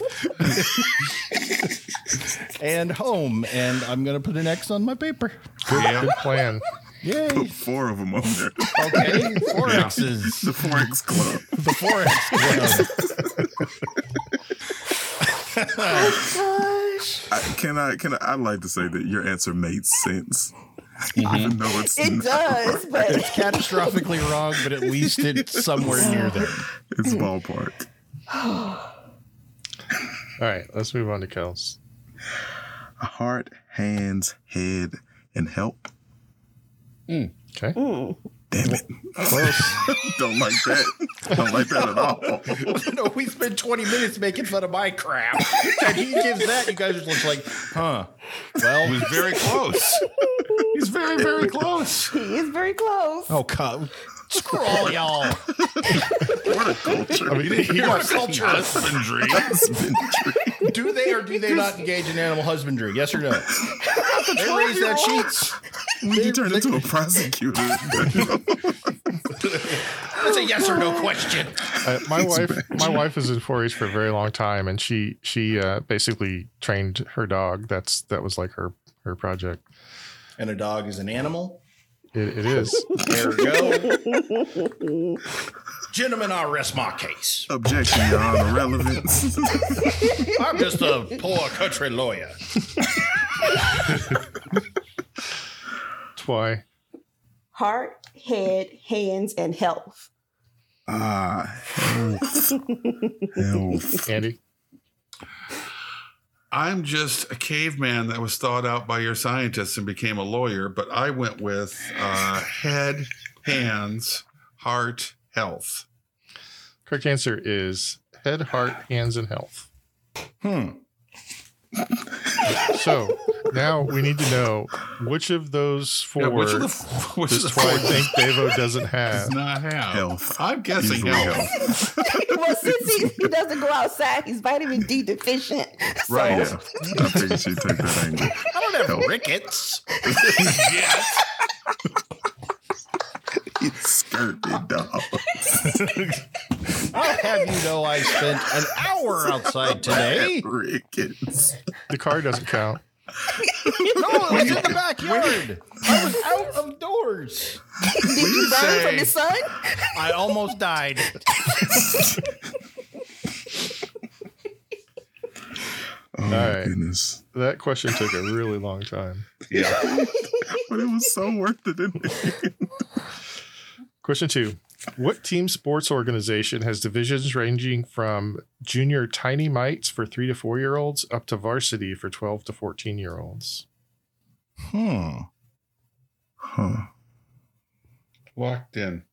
S1: and home. And I'm going to put an X on my paper.
S4: Yeah.
S5: Good plan.
S1: Yay.
S2: Four of them on there.
S1: Okay. Four
S4: Yeah.
S1: X's.
S2: The Forex Club.
S1: The four X. club.
S3: Gosh.
S2: I, can I? Can I? I'd like to say that your answer made sense, even though it's
S3: It
S2: not
S3: does, but
S1: Catastrophically wrong, but at least it's somewhere near there.
S2: it's ballpark.
S5: All right, let's move on to Kels.
S2: Heart, hands, head, and help.
S5: Mm, Okay.
S2: Damn it!
S5: Close.
S2: Don't like that. Don't like that at all.
S1: No, we spent 20 minutes making fun of my crap. And he gives that. You guys are just like, huh.
S4: He
S1: Well,
S4: was very close. He's very, very close.
S3: he is very close.
S1: oh, God. Screw all y'all.
S2: What a culture.
S5: I mean, he, he wants
S1: Culture.
S4: Husbandry.
S1: Do they or do they not engage in animal husbandry? Yes or no? they raise that sheep.
S2: When you turn into a prosecutor,
S1: It's a yes or no question.
S5: Uh, my wife, my wife was in 4-H for a very long time, and she she uh, basically trained her dog. That's that was like her her project.
S1: And a dog is an animal.
S5: It, it is.
S1: There we go. Gentlemen, I rest my case.
S2: objection, Your Honor, relevance.
S1: I'm just a poor country lawyer.
S5: Twy.
S3: heart, head, hands, and health.
S2: Ah, health. health.
S5: Andy.
S4: I'm just a caveman that was thought out by your scientists and became a lawyer, but I went with uh, head, hands, heart, health.
S5: Correct answer is head, heart, hands, and health.
S1: Hmm.
S5: So now we need to know which of those four
S4: Yeah, which of the f- which of
S5: does
S4: the
S5: Twilight
S4: four
S5: think Devo doesn't
S4: does
S5: have?
S4: not have
S2: Health.
S4: I'm guessing
S2: Easily
S4: health.
S2: health.
S3: well, since he, he doesn't go outside, he's vitamin D deficient. So
S4: Right.
S2: Yeah. I figured she'd take that angle.
S1: I don't have rickets.
S4: yes.
S2: You skirted dog.
S1: I'll have you know I spent an hour outside today.
S2: Rickets.
S5: The car doesn't count.
S1: No, it was in the backyard. I was out of doors.
S3: Did you burn
S4: say-
S3: from the sun?
S1: I almost died.
S2: Oh
S5: right.
S2: my goodness.
S5: That question took a really long time.
S4: Yeah.
S2: But it was so worth it, didn't it?
S5: Question two What team sports organization has divisions ranging from junior tiny mites for three to four year olds up to varsity for 12 to 14 year olds?
S1: Hmm.
S2: Huh.
S4: Locked in.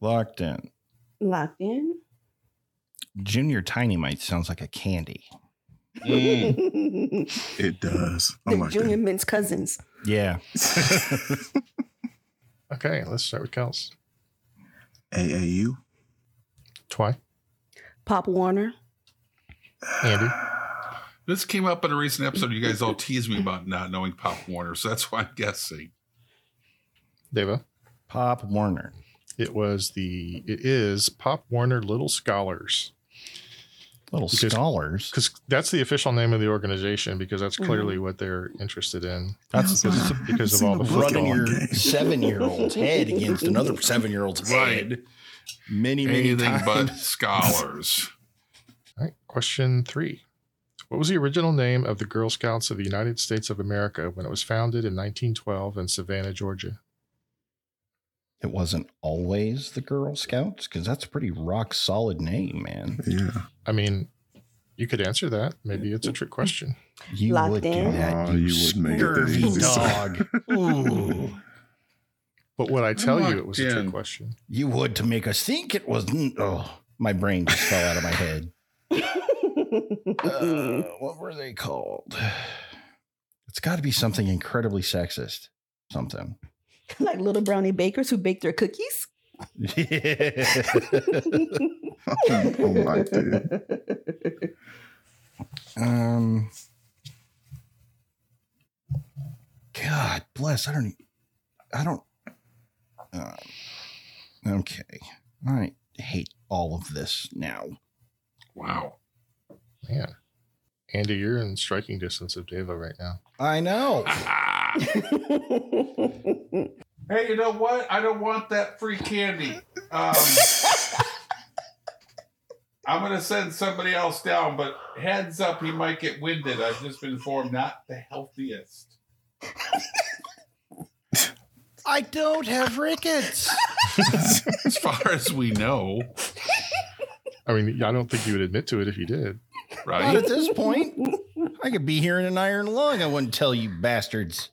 S1: Locked in.
S3: Locked in.
S1: Junior Tiny Mite sounds like a candy.
S2: It does. Oh
S3: the
S2: my
S3: Junior
S2: goodness.
S3: Mint's cousins.
S1: Yeah.
S5: Okay, let's start with Kels.
S2: AAU?
S5: Twy,
S3: Pop Warner.
S5: Andy,
S4: This came up in a recent episode. You guys all teased me about not knowing Pop Warner, so that's why I'm guessing.
S5: Deva.
S1: Pop Warner.
S5: It was the, it is Pop Warner Little Scholars.
S1: Little
S5: Because-
S1: scholars.
S5: Because that's the official name of the organization, because that's clearly what they're interested in.
S1: That's
S2: But I
S1: just
S2: haven't
S5: because of
S2: seen
S5: all the
S2: a basketball
S1: rubbing your
S2: game.
S1: seven year old's head against another seven year old's
S4: Right.
S1: head many, many
S4: Anything
S1: times.
S4: but scholars.
S5: All right, question three. What was the original name of the Girl Scouts of the United States of America when it was founded in 1912 in Savannah, Georgia?
S1: it wasn't always the Girl Scouts because that's a pretty rock solid name, man.
S2: Yeah.
S5: I mean, you could answer that. Maybe it's a trick question.
S1: You
S3: Locked
S1: would do
S3: in.
S1: that.
S2: Oh,
S1: you
S2: you wouldn't make it that
S1: scurvy
S2: easy,
S1: dog.
S2: sir.
S1: Ooh,
S5: But what I tell you,
S4: locked
S5: it was a
S4: in.
S5: trick question.
S1: you would to make us think it was. Oh, my brain just fell out of my head. Uh, what were they called? It's got to be something incredibly sexist. Something.
S3: like little brownie bakers who bake their cookies.
S2: oh my dude.
S1: Um. God bless. I don't. e- I don't. Um, okay. I hate all of this now.
S4: Wow.
S5: Man. Andy, you're in striking distance of Devo right now.
S1: I know.
S4: Ah. Hey, you know what? I don't want that free candy. Um, I'm going to send somebody else down, but heads up, he might get winded. I've just been informed not the healthiest.
S1: I don't have rickets.
S4: As far as we know,
S5: I mean, I don't think you would admit to it if you did.
S1: Not
S4: right?
S1: at this point. I could be here in an iron lung. I wouldn't tell you bastards.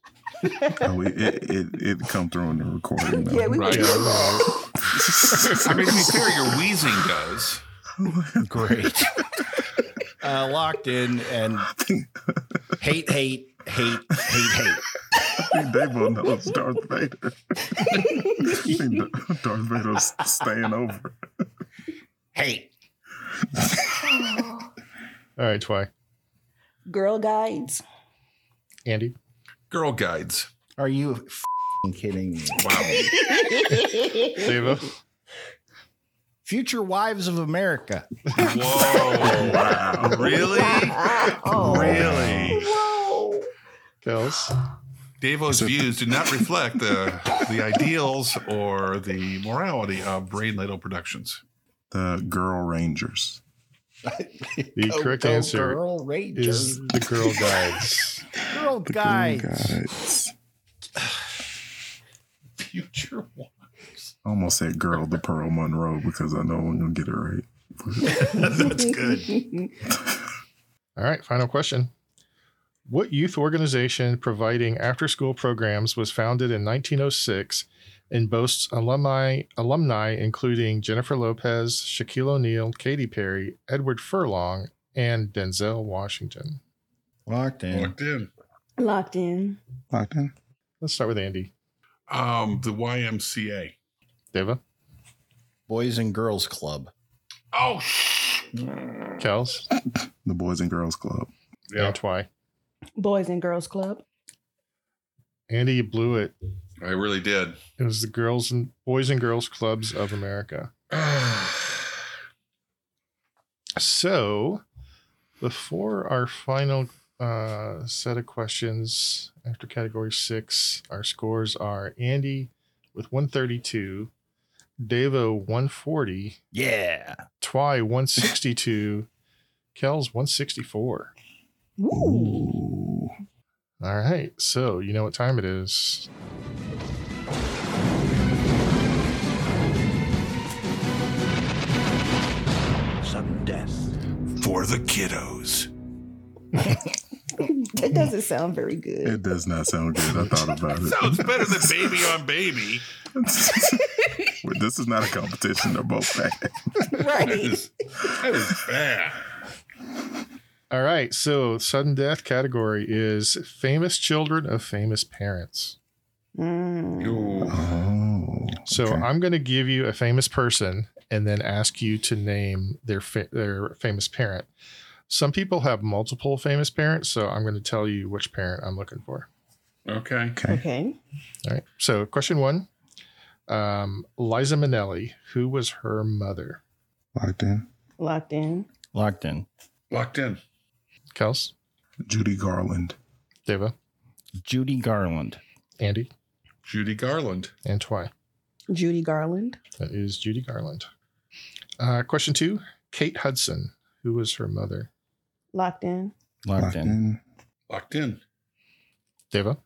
S2: Oh, it, it, it, it come through on the recording. Though.
S3: yeah, we
S4: Right. I mean, to be
S2: oh
S4: clear, your wheezing does.
S2: my God.
S1: Great. Uh, locked in and hate, hate, hate, hate, hate.
S2: Davo knows Darth Vader. I think Darth Vader's staying over.
S1: Hate.
S5: All right, Twy.
S3: girl guides.
S5: Andy,
S4: Girl guides.
S1: Are you f***ing kidding me?
S4: Wow.
S5: Devo,
S1: Future Wives of America.
S4: Whoa. Oh.
S2: Wow.
S4: Really? Really?
S3: Whoa.
S5: Kels,
S4: Davo's views do not reflect the the ideals or the morality of Brain Ladle Productions.
S2: The Girl Rangers.
S5: The
S4: Oh,
S5: correct
S1: Go, go,
S5: answer
S1: Girl Rangers.
S5: is the Girl Guides.
S1: Girl Guides.
S2: Guys.
S4: future wives.
S2: I almost said girl, the Pearl Monroe, because I know I'm gonna get it right. But
S4: That's good.
S5: All right, final question. What youth organization providing after school programs was founded in 1906 and boasts alumni, alumni including Jennifer Lopez, Shaquille O'Neal, Katy Perry, Edward Furlong, and Denzel Washington?
S1: Locked in.
S4: Locked in.
S3: Locked in.
S2: locked in.
S5: Let's start with Andy.
S4: Um, the YMCA.
S5: Deva,
S1: Boys and Girls Club.
S4: Oh, sh-
S5: Kels,
S2: The Boys and Girls Club.
S5: and Twy.
S3: Boys and Girls Club.
S5: Andy, you blew it.
S4: I really did.
S5: It was the girls and boys and girls clubs of America. So, before our final uh, set of questions after category six, our scores are Andy with 132, Devo 140,
S1: Yeah.
S5: Twy 162, Kells 164.
S3: Woo.
S2: Ooh.
S5: All right. So, you know what time it is.
S4: For the kiddos.
S3: That doesn't sound very good.
S2: It does not sound good. I thought about it.
S4: Sounds better than baby on baby.
S2: Well, this is not a competition. They're both bad.
S3: right.
S4: That is bad.
S5: All right. So, sudden death category is famous children of famous parents.
S3: Mm.
S4: Ooh.
S2: Oh.
S5: So
S2: okay.
S5: I'm going to give you a famous person and then ask you to name their fa- their famous parent. Some people have multiple famous parents, so I'm going to tell you which parent I'm looking for.
S4: Okay.
S3: Okay.
S5: All right. So question one: um, Liza Minnelli, who was her mother?
S2: locked in.
S3: Locked in.
S1: Locked in.
S4: Locked in.
S5: Kels,
S2: Judy Garland.
S5: Deva,
S1: Judy Garland.
S5: Andy,
S4: Judy Garland.
S5: and Twy.
S3: Judy Garland.
S5: That is Judy Garland. Uh, question two: Kate Hudson, who was her mother?
S3: Locked in.
S1: Locked,
S2: Locked
S1: in.
S2: in.
S4: Locked in.
S5: Deva,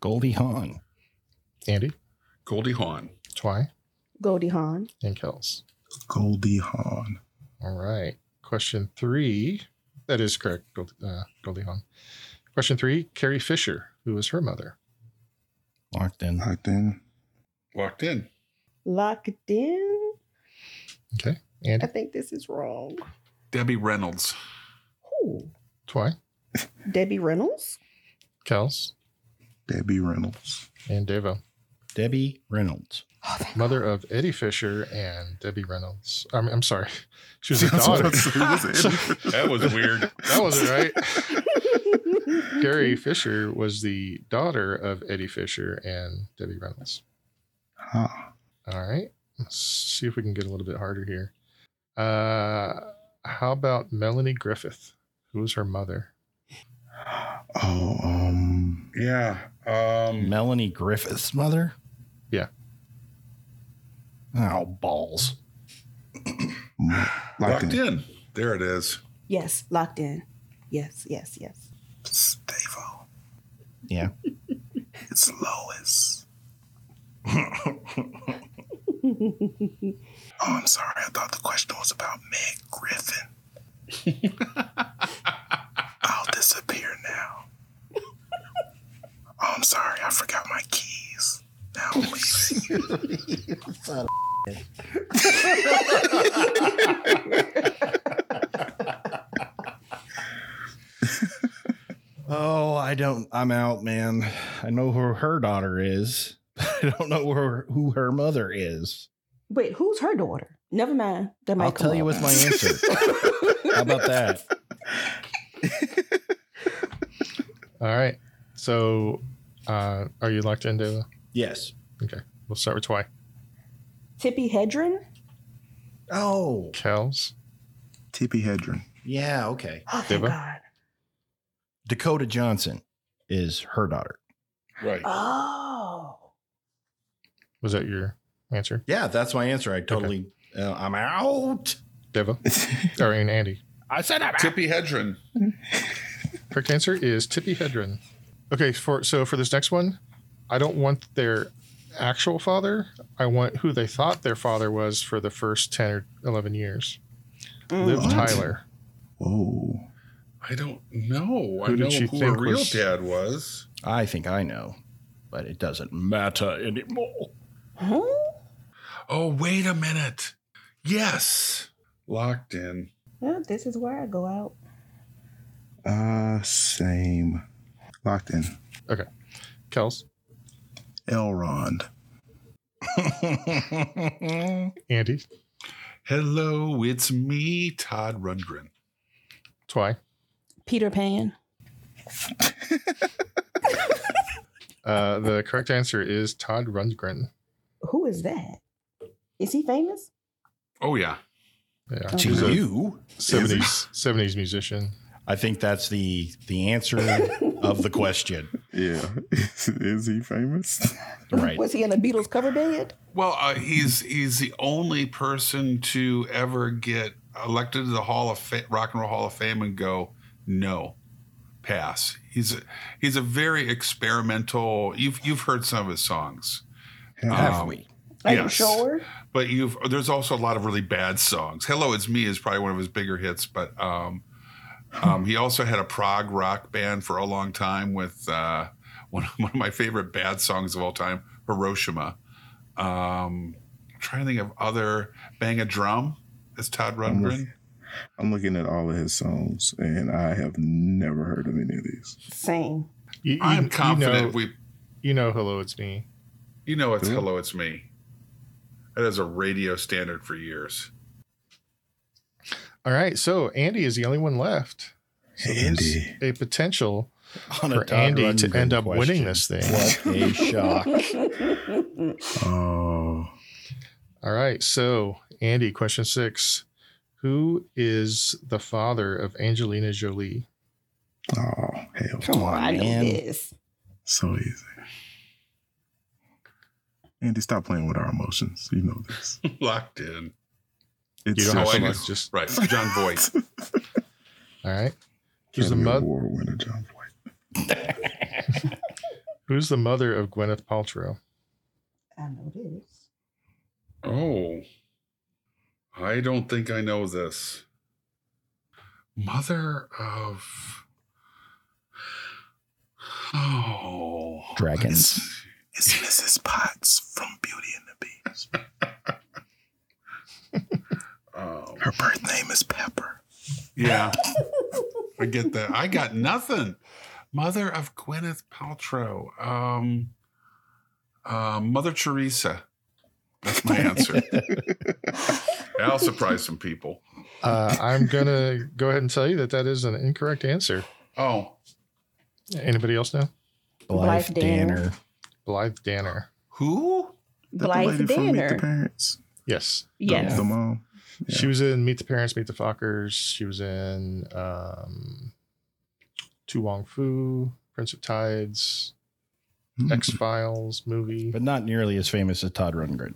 S1: Goldie Hawn.
S5: Andy,
S4: Goldie Hawn.
S5: Twy,
S3: Goldie Hawn.
S5: and Kels.
S2: Goldie Hawn.
S5: All right. Question three. That is correct, Gold, uh, Goldie Hawn. Question three Carrie Fisher, who was her mother?
S1: Locked in.
S2: Locked in.
S4: Locked in.
S3: Locked in.
S5: Okay.
S3: I
S5: Andy,
S3: think this is wrong.
S4: Debbie Reynolds.
S3: Who?
S5: Twy,
S3: Debbie Reynolds.
S5: Kels,
S2: Debbie Reynolds.
S5: and Devo.
S1: Debbie Reynolds.
S5: Mother of Eddie Fisher and Debbie Reynolds. I'm, I'm sorry. She was a
S2: That's what I
S5: daughter.
S2: was gonna say.
S4: That was weird.
S5: That wasn't right. Carrie Fisher was the daughter of Eddie Fisher and Debbie Reynolds.
S2: Huh.
S5: All right. Let's see if we can get a little bit harder here. Uh, how about Melanie Griffith? Who was her mother?
S2: Oh, um,
S4: Yeah. Um,
S1: Melanie Griffith's mother?
S5: Yeah.
S1: Oh, balls.
S2: locked,
S4: locked
S2: in.
S4: in. There it is.
S3: Yes. Locked in. Yes. Yes. Yes.
S2: Stavo.
S1: Yeah.
S2: It's Lois. oh, I'm sorry. I thought the question was about Meg Griffin. I'll disappear now. Oh, I'm sorry. I forgot my keys. Now I'm leaving.
S1: Oh, I don't. I'm out, man. I know who her daughter is. but I don't know where, who her mother is.
S3: Wait. Who's her daughter? Never mind. That might
S1: I'll
S3: come
S1: tell you
S3: up.
S1: with my answer. How about that?
S5: All right. So, uh, are you locked in, Deva?
S1: Yes.
S5: Okay. We'll start with Twy.
S3: Tippy Hedren.
S1: Oh,
S5: Kels,
S2: Tippy Hedren.
S1: yeah. Okay.
S3: Oh, thank
S5: Deva?
S3: God.
S1: Dakota Johnson is her daughter.
S4: Right.
S3: Oh.
S5: was that your answer?
S1: Yeah, that's my answer. I totally. Uh, I'm out.
S5: Deva? or and Andy?
S1: I said I'm out.
S4: Tippy Hedren.
S5: Correct answer is Tippy Hedren. Okay. For So, for this next one, I don't want their actual father. I want who they thought their father was for the first 10 or 11 years. Liv
S2: What?
S5: Tyler.
S2: Whoa.
S4: I don't know.
S5: Who
S4: I
S5: did
S4: know
S5: she
S4: who her
S5: think
S4: real
S5: was-
S4: dad was.
S1: I think I know, but it doesn't matter anymore.
S4: Oh, wait a minute. Yes. Locked in.
S3: Well, this is where I go out.
S2: Uh, same. Locked in.
S5: Okay. Kels,
S2: Elrond.
S5: Andy,
S4: Hello, it's me, Todd Rundgren.
S5: Twy,
S10: Peter Pan.
S5: Uh, the correct answer is Todd Rundgren.
S3: Who is that? Is he famous?
S4: Oh, yeah.
S5: Yeah.
S1: to
S5: He's a
S1: you,
S5: 70s, 70s musician.
S1: I think that's the the answer of the question.
S2: Yeah. Is he famous?
S1: Right.
S3: Was he in a Beatles cover band?
S4: Well, uh, he's he's the only person to ever get elected to the Hall of Fa- Rock and Roll Hall of Fame and go no, pass. He's a, he's a very experimental. You've you've heard some of his songs,
S1: Have we?
S3: Are you
S4: Yes.
S3: sure?
S4: but you've there's also a lot of really bad songs. Hello, it's me is probably one of his bigger hits, but um, um, he also had a prog rock band for a long time with uh, one one of my favorite bad songs of all time, Hiroshima. Um, I'm trying to think of other bang a drum. Is Todd
S5: Mm-hmm.
S4: Rundgren?
S2: I'm looking at all of his songs, and I have never heard of any of these.
S3: Same.
S5: You, you-
S4: I'm confident
S5: You know,
S4: we.
S5: you know Hello, It's Me.
S4: You know it's
S2: Yeah.
S4: hello, it's me. That is a radio standard for years.
S5: All right. So Andy is the only one left. So there's
S2: Andy.
S5: A potential
S1: On
S5: for
S1: Todd
S5: Andy to
S1: Rundgren
S5: end up
S1: question.
S5: winning this thing.
S1: What a shock!
S2: Oh,
S5: All right. So, Andy, question six Who is the father of Angelina Jolie?
S2: oh, hell,
S1: Come on,
S3: I know
S1: man.
S3: this.
S2: so easy. Andy, stop playing with our emotions. You know this.
S4: Locked in.
S2: It's
S5: You don't
S4: Oh,
S5: have
S4: I
S5: to
S4: know.
S5: look, just.
S4: Right. John Voight.
S5: All right. Who's the,
S2: Academy
S5: mo-
S2: Award winner John Voight.
S5: who's the mother of Gwyneth Paltrow?
S3: I know this.
S4: Oh, I don't think I know this. Mother of. Oh.
S1: Dragons.
S4: it's-
S2: It's Mrs. Potts from Beauty and the Beast.
S4: Oh.
S2: Her birth name is Pepper.
S4: Yeah. I get that. I got nothing. Mother of Gwyneth Paltrow. Um, uh, Mother Teresa. That's my answer. I'll surprise some people.
S5: Uh, I'm going to go ahead and tell you that that is an incorrect answer.
S4: Oh,
S5: Anybody else know?
S1: Blythe
S3: Blythe Danner.
S1: Danner.
S5: Blythe Danner.
S4: who?
S2: That the lady
S3: Blythe
S2: from Meet the
S3: Danner.
S2: Parents.
S5: Yes.
S3: Yes.
S2: The mom. Yeah.
S5: She was in Meet the Parents, Meet the Fockers. She was in um, Tu Wong Fu, Prince of Tides, X Files movie.
S1: but not nearly as famous as Todd Rundgren.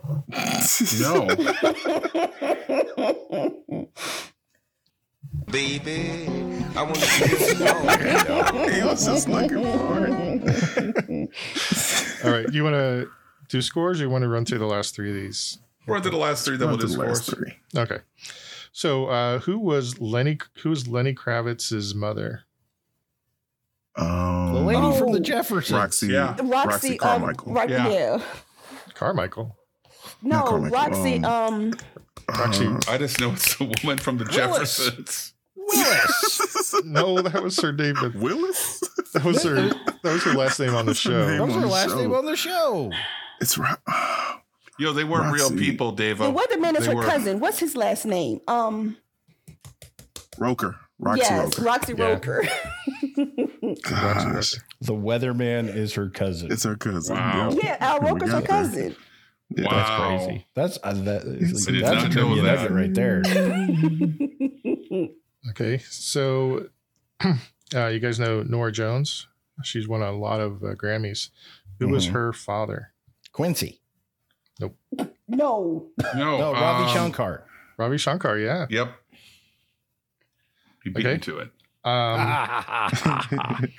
S4: No.
S8: Baby, I want to see this song.
S2: he was just looking for it.
S5: All right. You want to do scores or you want to run through the last three of these?
S4: We're to the last three, then we'll
S2: Not the
S4: discourse.
S2: last three.
S5: Okay. So uh, who was Lenny who was Lenny Kravitz's mother?
S2: Um,
S1: The lady
S3: Oh.
S1: from the Jeffersons.
S2: Roxy.
S4: Yeah.
S3: Roxy,
S2: Roxy Carmichael.
S3: Um, Ro-
S4: Yeah.
S3: yeah.
S5: Carmichael.
S2: Not
S3: No,
S2: Carmichael,
S3: Roxy.
S2: um,
S3: Um,
S5: Roxy.
S2: Uh,
S4: I just know it's the woman from the
S1: Willis.
S4: Jeffersons.
S1: Willis.
S5: No, that was her name. but
S2: Willis?
S5: That was her that was her last name on the show.
S1: that was
S2: on
S1: her
S2: the
S1: last
S2: show.
S1: name on the show.
S2: It's right.
S4: Yo, they weren't real
S2: Roxy.
S4: people, Dave.
S3: the weatherman is
S4: They
S3: her
S4: were-
S3: cousin. What's his last name? Um,
S2: Roker. Roxy
S3: yes,
S2: Roker.
S3: Roxy
S5: Yeah.
S3: Roker.
S2: Gosh.
S1: The weatherman is her cousin.
S2: It's her cousin.
S4: Wow.
S2: Yep.
S3: yeah, Al
S2: We
S3: Roker's her
S2: got her.
S3: cousin.
S2: Yeah.
S4: Wow.
S1: That's crazy. That's uh, that,
S2: I
S4: did
S1: that's a
S4: not
S1: trivia
S4: know that.
S1: nugget right there.
S5: Okay. So uh, you guys know Nora Jones? She's won a lot of uh, Grammys. Who was
S1: Mhm.
S5: her father?
S1: Quincy.
S3: No,
S4: No,
S2: Oh,
S1: No, Ravi
S4: um,
S1: Shankar.
S5: Ravi Shankar, yeah.
S4: Yep. You beat
S5: Okay.
S9: Ah,
S4: me to it.
S5: Um,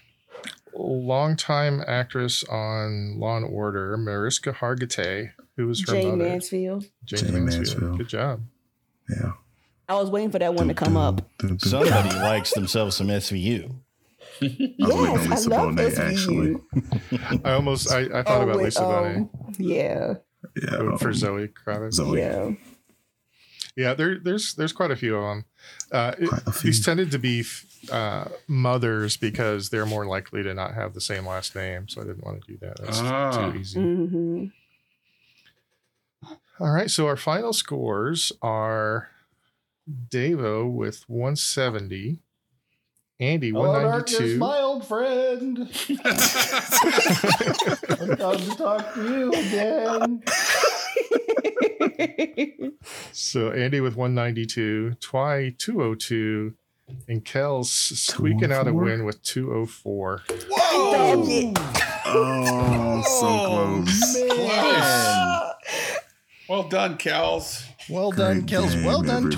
S5: longtime actress on Law and Order, Mariska Hargitay, who was her
S3: Jay
S5: mother.
S3: Mansfield.
S5: Jane
S2: Jane
S5: Mansfield.
S2: Mansfield.
S5: Good job.
S2: Yeah.
S3: I was waiting for that one to come up.
S2: Dun, dun, dun.
S10: Somebody likes themselves some SVU.
S2: I was waiting on
S3: Yes,
S2: Lisa
S3: I love
S2: Bonet, actually.
S3: SVU.
S5: I almost I, I thought
S3: Oh,
S5: about
S3: with,
S5: Lisa Bonet
S3: um, Yeah,
S2: Yeah.
S5: for
S2: um,
S5: Zoe Kravitz.
S2: Zoe.
S3: yeah.
S5: Yeah, there, there's there's quite a few of them. Uh, it-
S2: Quite a few.
S5: these tended to be f- uh, mothers because they're more likely to not have the same last name. So I didn't want to do that. That's
S11: Ah.
S5: too easy.
S3: hmm
S5: All right. So our final scores are Davo with 170, Andy
S3: Oh,
S5: 192.
S10: old friend. I'm coming to talk to you again.
S5: So Andy with 192, Twy 202, and Kel's squeaking out a
S2: 204?
S5: win with 204.
S2: Oh, so close.
S11: Close. Well done, Kels.
S10: Well
S2: Great
S10: done, Kels.
S2: game,
S10: Well done,
S2: everybody.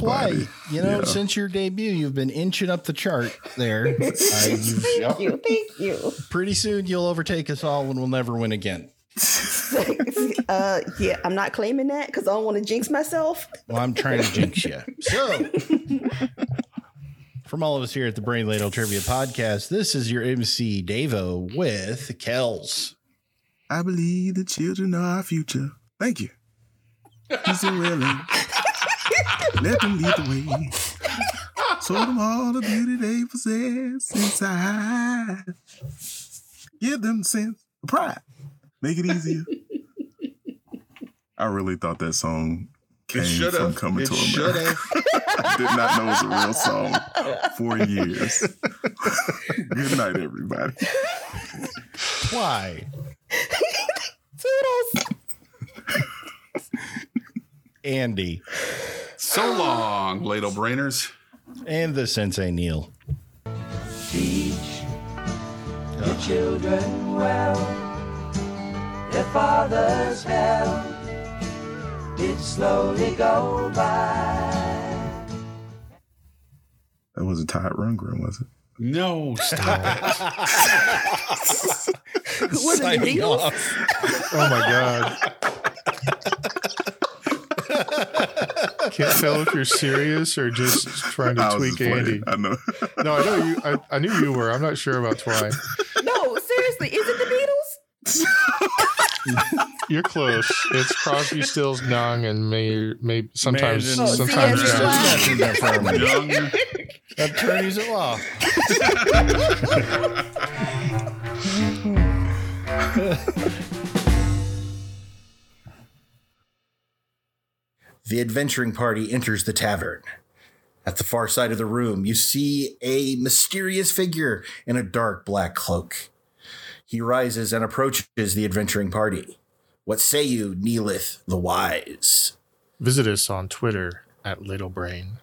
S10: Twy. You know,
S2: Yeah.
S10: since your debut, you've been inching up the chart there. Uh, you've-
S3: Thank you, thank you.
S10: pretty soon, you'll overtake us all, and we'll never win again.
S3: uh, yeah, I'm not claiming that because I don't want to jinx myself.
S10: Well, I'm trying to jinx you. So, from all of us here at the Brain Ladle Trivia Podcast, this is your MC Davo with Kels.
S2: I believe the children are our future. Thank you. He's a willing. Let them lead the way. Show them all the beauty they possess inside. Give them sense of pride. Make it easier. I really thought that song came
S11: It should
S2: from
S11: have.
S2: Coming
S11: It
S2: to
S11: should
S2: America.
S11: have.
S2: I did not know it was a real song for years. Good night, everybody.
S10: Twy.
S3: Toodles.
S10: Andy,
S11: So long, ladle brainers.
S10: and the Sensei Neil.
S2: That wasn't Todd Rundgren, was it?
S11: No, stop it.
S3: Was it
S10: Signing
S3: Beatles?
S10: off.
S5: Oh my God. Can't tell if you're serious or just trying to
S2: I was
S5: tweak
S2: just playing.
S5: Andy.
S2: I know.
S5: No, I know you. I, I knew you were. I'm not sure about Twy.
S3: No, seriously, is it the Beatles?
S5: You're close. It's Crosby, Stills, Nung, and may may sometimes
S10: Maiden.
S3: Oh,
S5: sometimes.
S3: see, that's
S5: Jones.
S3: why.
S10: Nothing there for me.
S11: Young
S10: Attorneys at law.
S1: The adventuring party enters the tavern. At the far side of the room, you see a mysterious figure in a dark black cloak. He rises and approaches the adventuring party. What say you, Neelith the Wise?
S5: Visit us on Twitter at Little Brain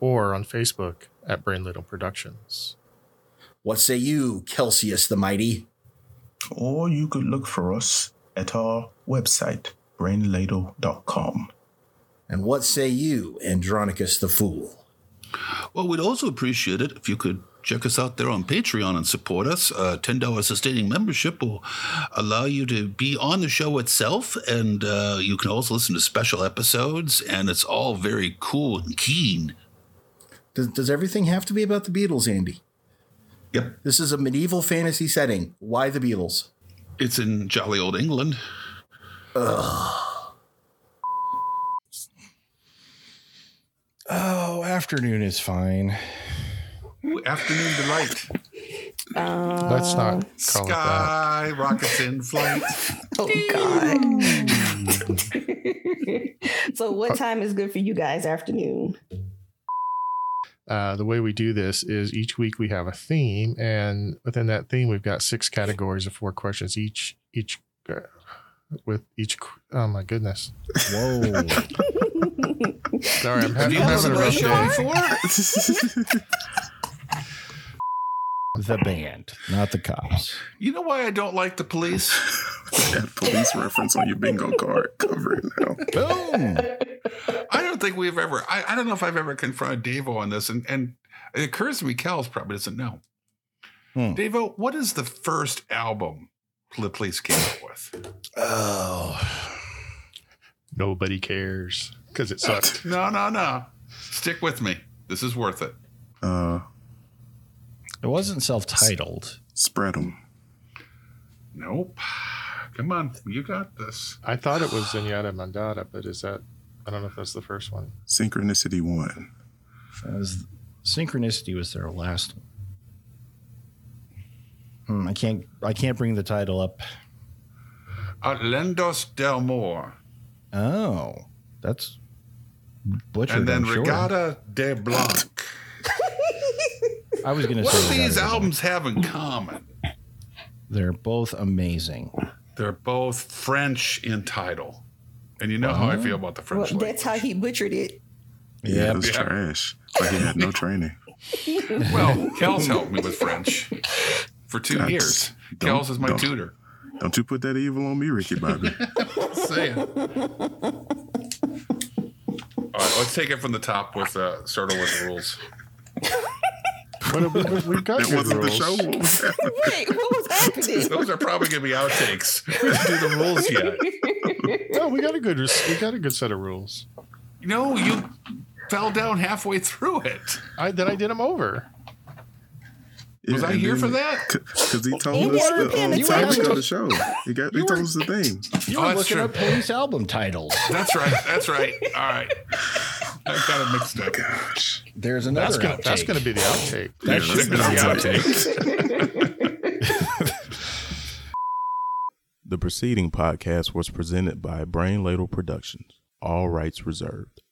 S5: or on Facebook at Brain Little Productions.
S1: What say you, Celsius the Mighty?
S4: or you could look for us at our website, brainladle.com.
S1: And what say you, Andronicus the Fool?
S4: Well, we'd also appreciate it if you could check us out there on Patreon and support us. Uh, $10 sustaining membership will allow you to be on the show itself, and uh, you can also listen to special episodes, and it's all very cool and keen.
S1: Does, does everything have to be about the Beatles, Andy?
S4: Yep.
S1: This is a medieval fantasy setting. Why the Beatles?
S4: It's in jolly old England.
S10: Oh, afternoon is fine.
S11: Ooh, afternoon delight.
S5: Let's not call it
S11: Sky rockets in flight.
S3: Oh God. so, what time is good for you guys? Afternoon.
S5: that. Uh, the way we do this is each week we have a theme, and within that theme, we've got six categories of four questions each. Each uh, with each. qu- Oh my goodness!
S10: Whoa.
S5: Sorry, I'm
S11: Have
S5: having,
S11: you listened
S5: I'm having a
S11: to the
S5: rough
S11: show
S5: day.
S11: before?
S10: the band, not the cops.
S11: You know why I don't like the police?
S2: That police reference on your bingo card. Cover it now.
S10: Boom.
S11: I don't think we've ever. I, I don't know if I've ever confronted Davo on this, and and it occurs to me, Cal's probably doesn't know.
S1: Hmm.
S4: Devo, what is the first album the police came up with?
S1: Oh,
S5: Nobody cares because it sucked.
S4: no, no, no. Stick with me. This is worth it.
S2: Uh,
S1: it wasn't self-titled.
S2: Spread them.
S4: Nope. Come on, you got this.
S5: I thought it was Zenyatta Mandata, but is that? I don't know if that's the first one.
S2: Synchronicity one.
S1: That was, Synchronicity was their last one. Hmm, I can't. I can't bring the title up.
S4: Outlandos del Mor.
S1: Oh, that's butchered.
S4: and
S1: I'm
S4: then
S1: sure.
S4: Regatta de Blanc.
S1: I was going to
S4: What do
S1: say
S4: these
S1: Regatta de Blanc.
S4: albums have in common?
S1: They're both amazing.
S4: Oh, They're both French in title. And you know how I feel about the
S3: Well,
S4: French language.
S3: that's how he butchered it.
S2: Yeah,
S1: Yep.
S2: it was
S4: Yeah.
S2: trash. Like he had no training.
S4: Well, Kels helped me with French for two
S2: That's-
S4: years.
S2: don't-
S4: Kels is my
S2: don't-
S4: tutor.
S2: Don't you put that evil on me, Ricky Bobby.
S4: Saying. All right, let's take it from the top with uh, startle with the rules.
S5: But uh, we, we- we've got
S2: that
S5: good
S2: wasn't the
S5: rules.
S2: show. What was that?
S3: Right. What was happening?
S4: Those are probably going to be outtakes. We didn't do the rules yet.
S5: No, we got a good we got a good set of rules.
S4: No, you fell down halfway through it.
S5: I then I did them over.
S4: Was I here for that?
S2: Because he told
S3: You
S2: us
S3: weren't
S2: the
S3: paying
S2: um, topic
S3: attention.
S2: of the show. He, got, he told us the thing.
S1: You were
S4: Oh, that's
S1: looking
S4: true.
S1: up police album titles.
S4: That's right. That's right. All right. I got it mixed up.
S1: There's another.
S5: That's gonna that's
S1: outtake.
S5: gonna be the outtake.
S1: That
S4: Yeah,
S1: should be the
S4: that's gonna be
S1: outtake.
S12: The preceding podcast was presented by Brain Ladle Productions, all rights reserved.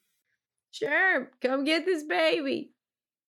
S13: Sure, come get this baby.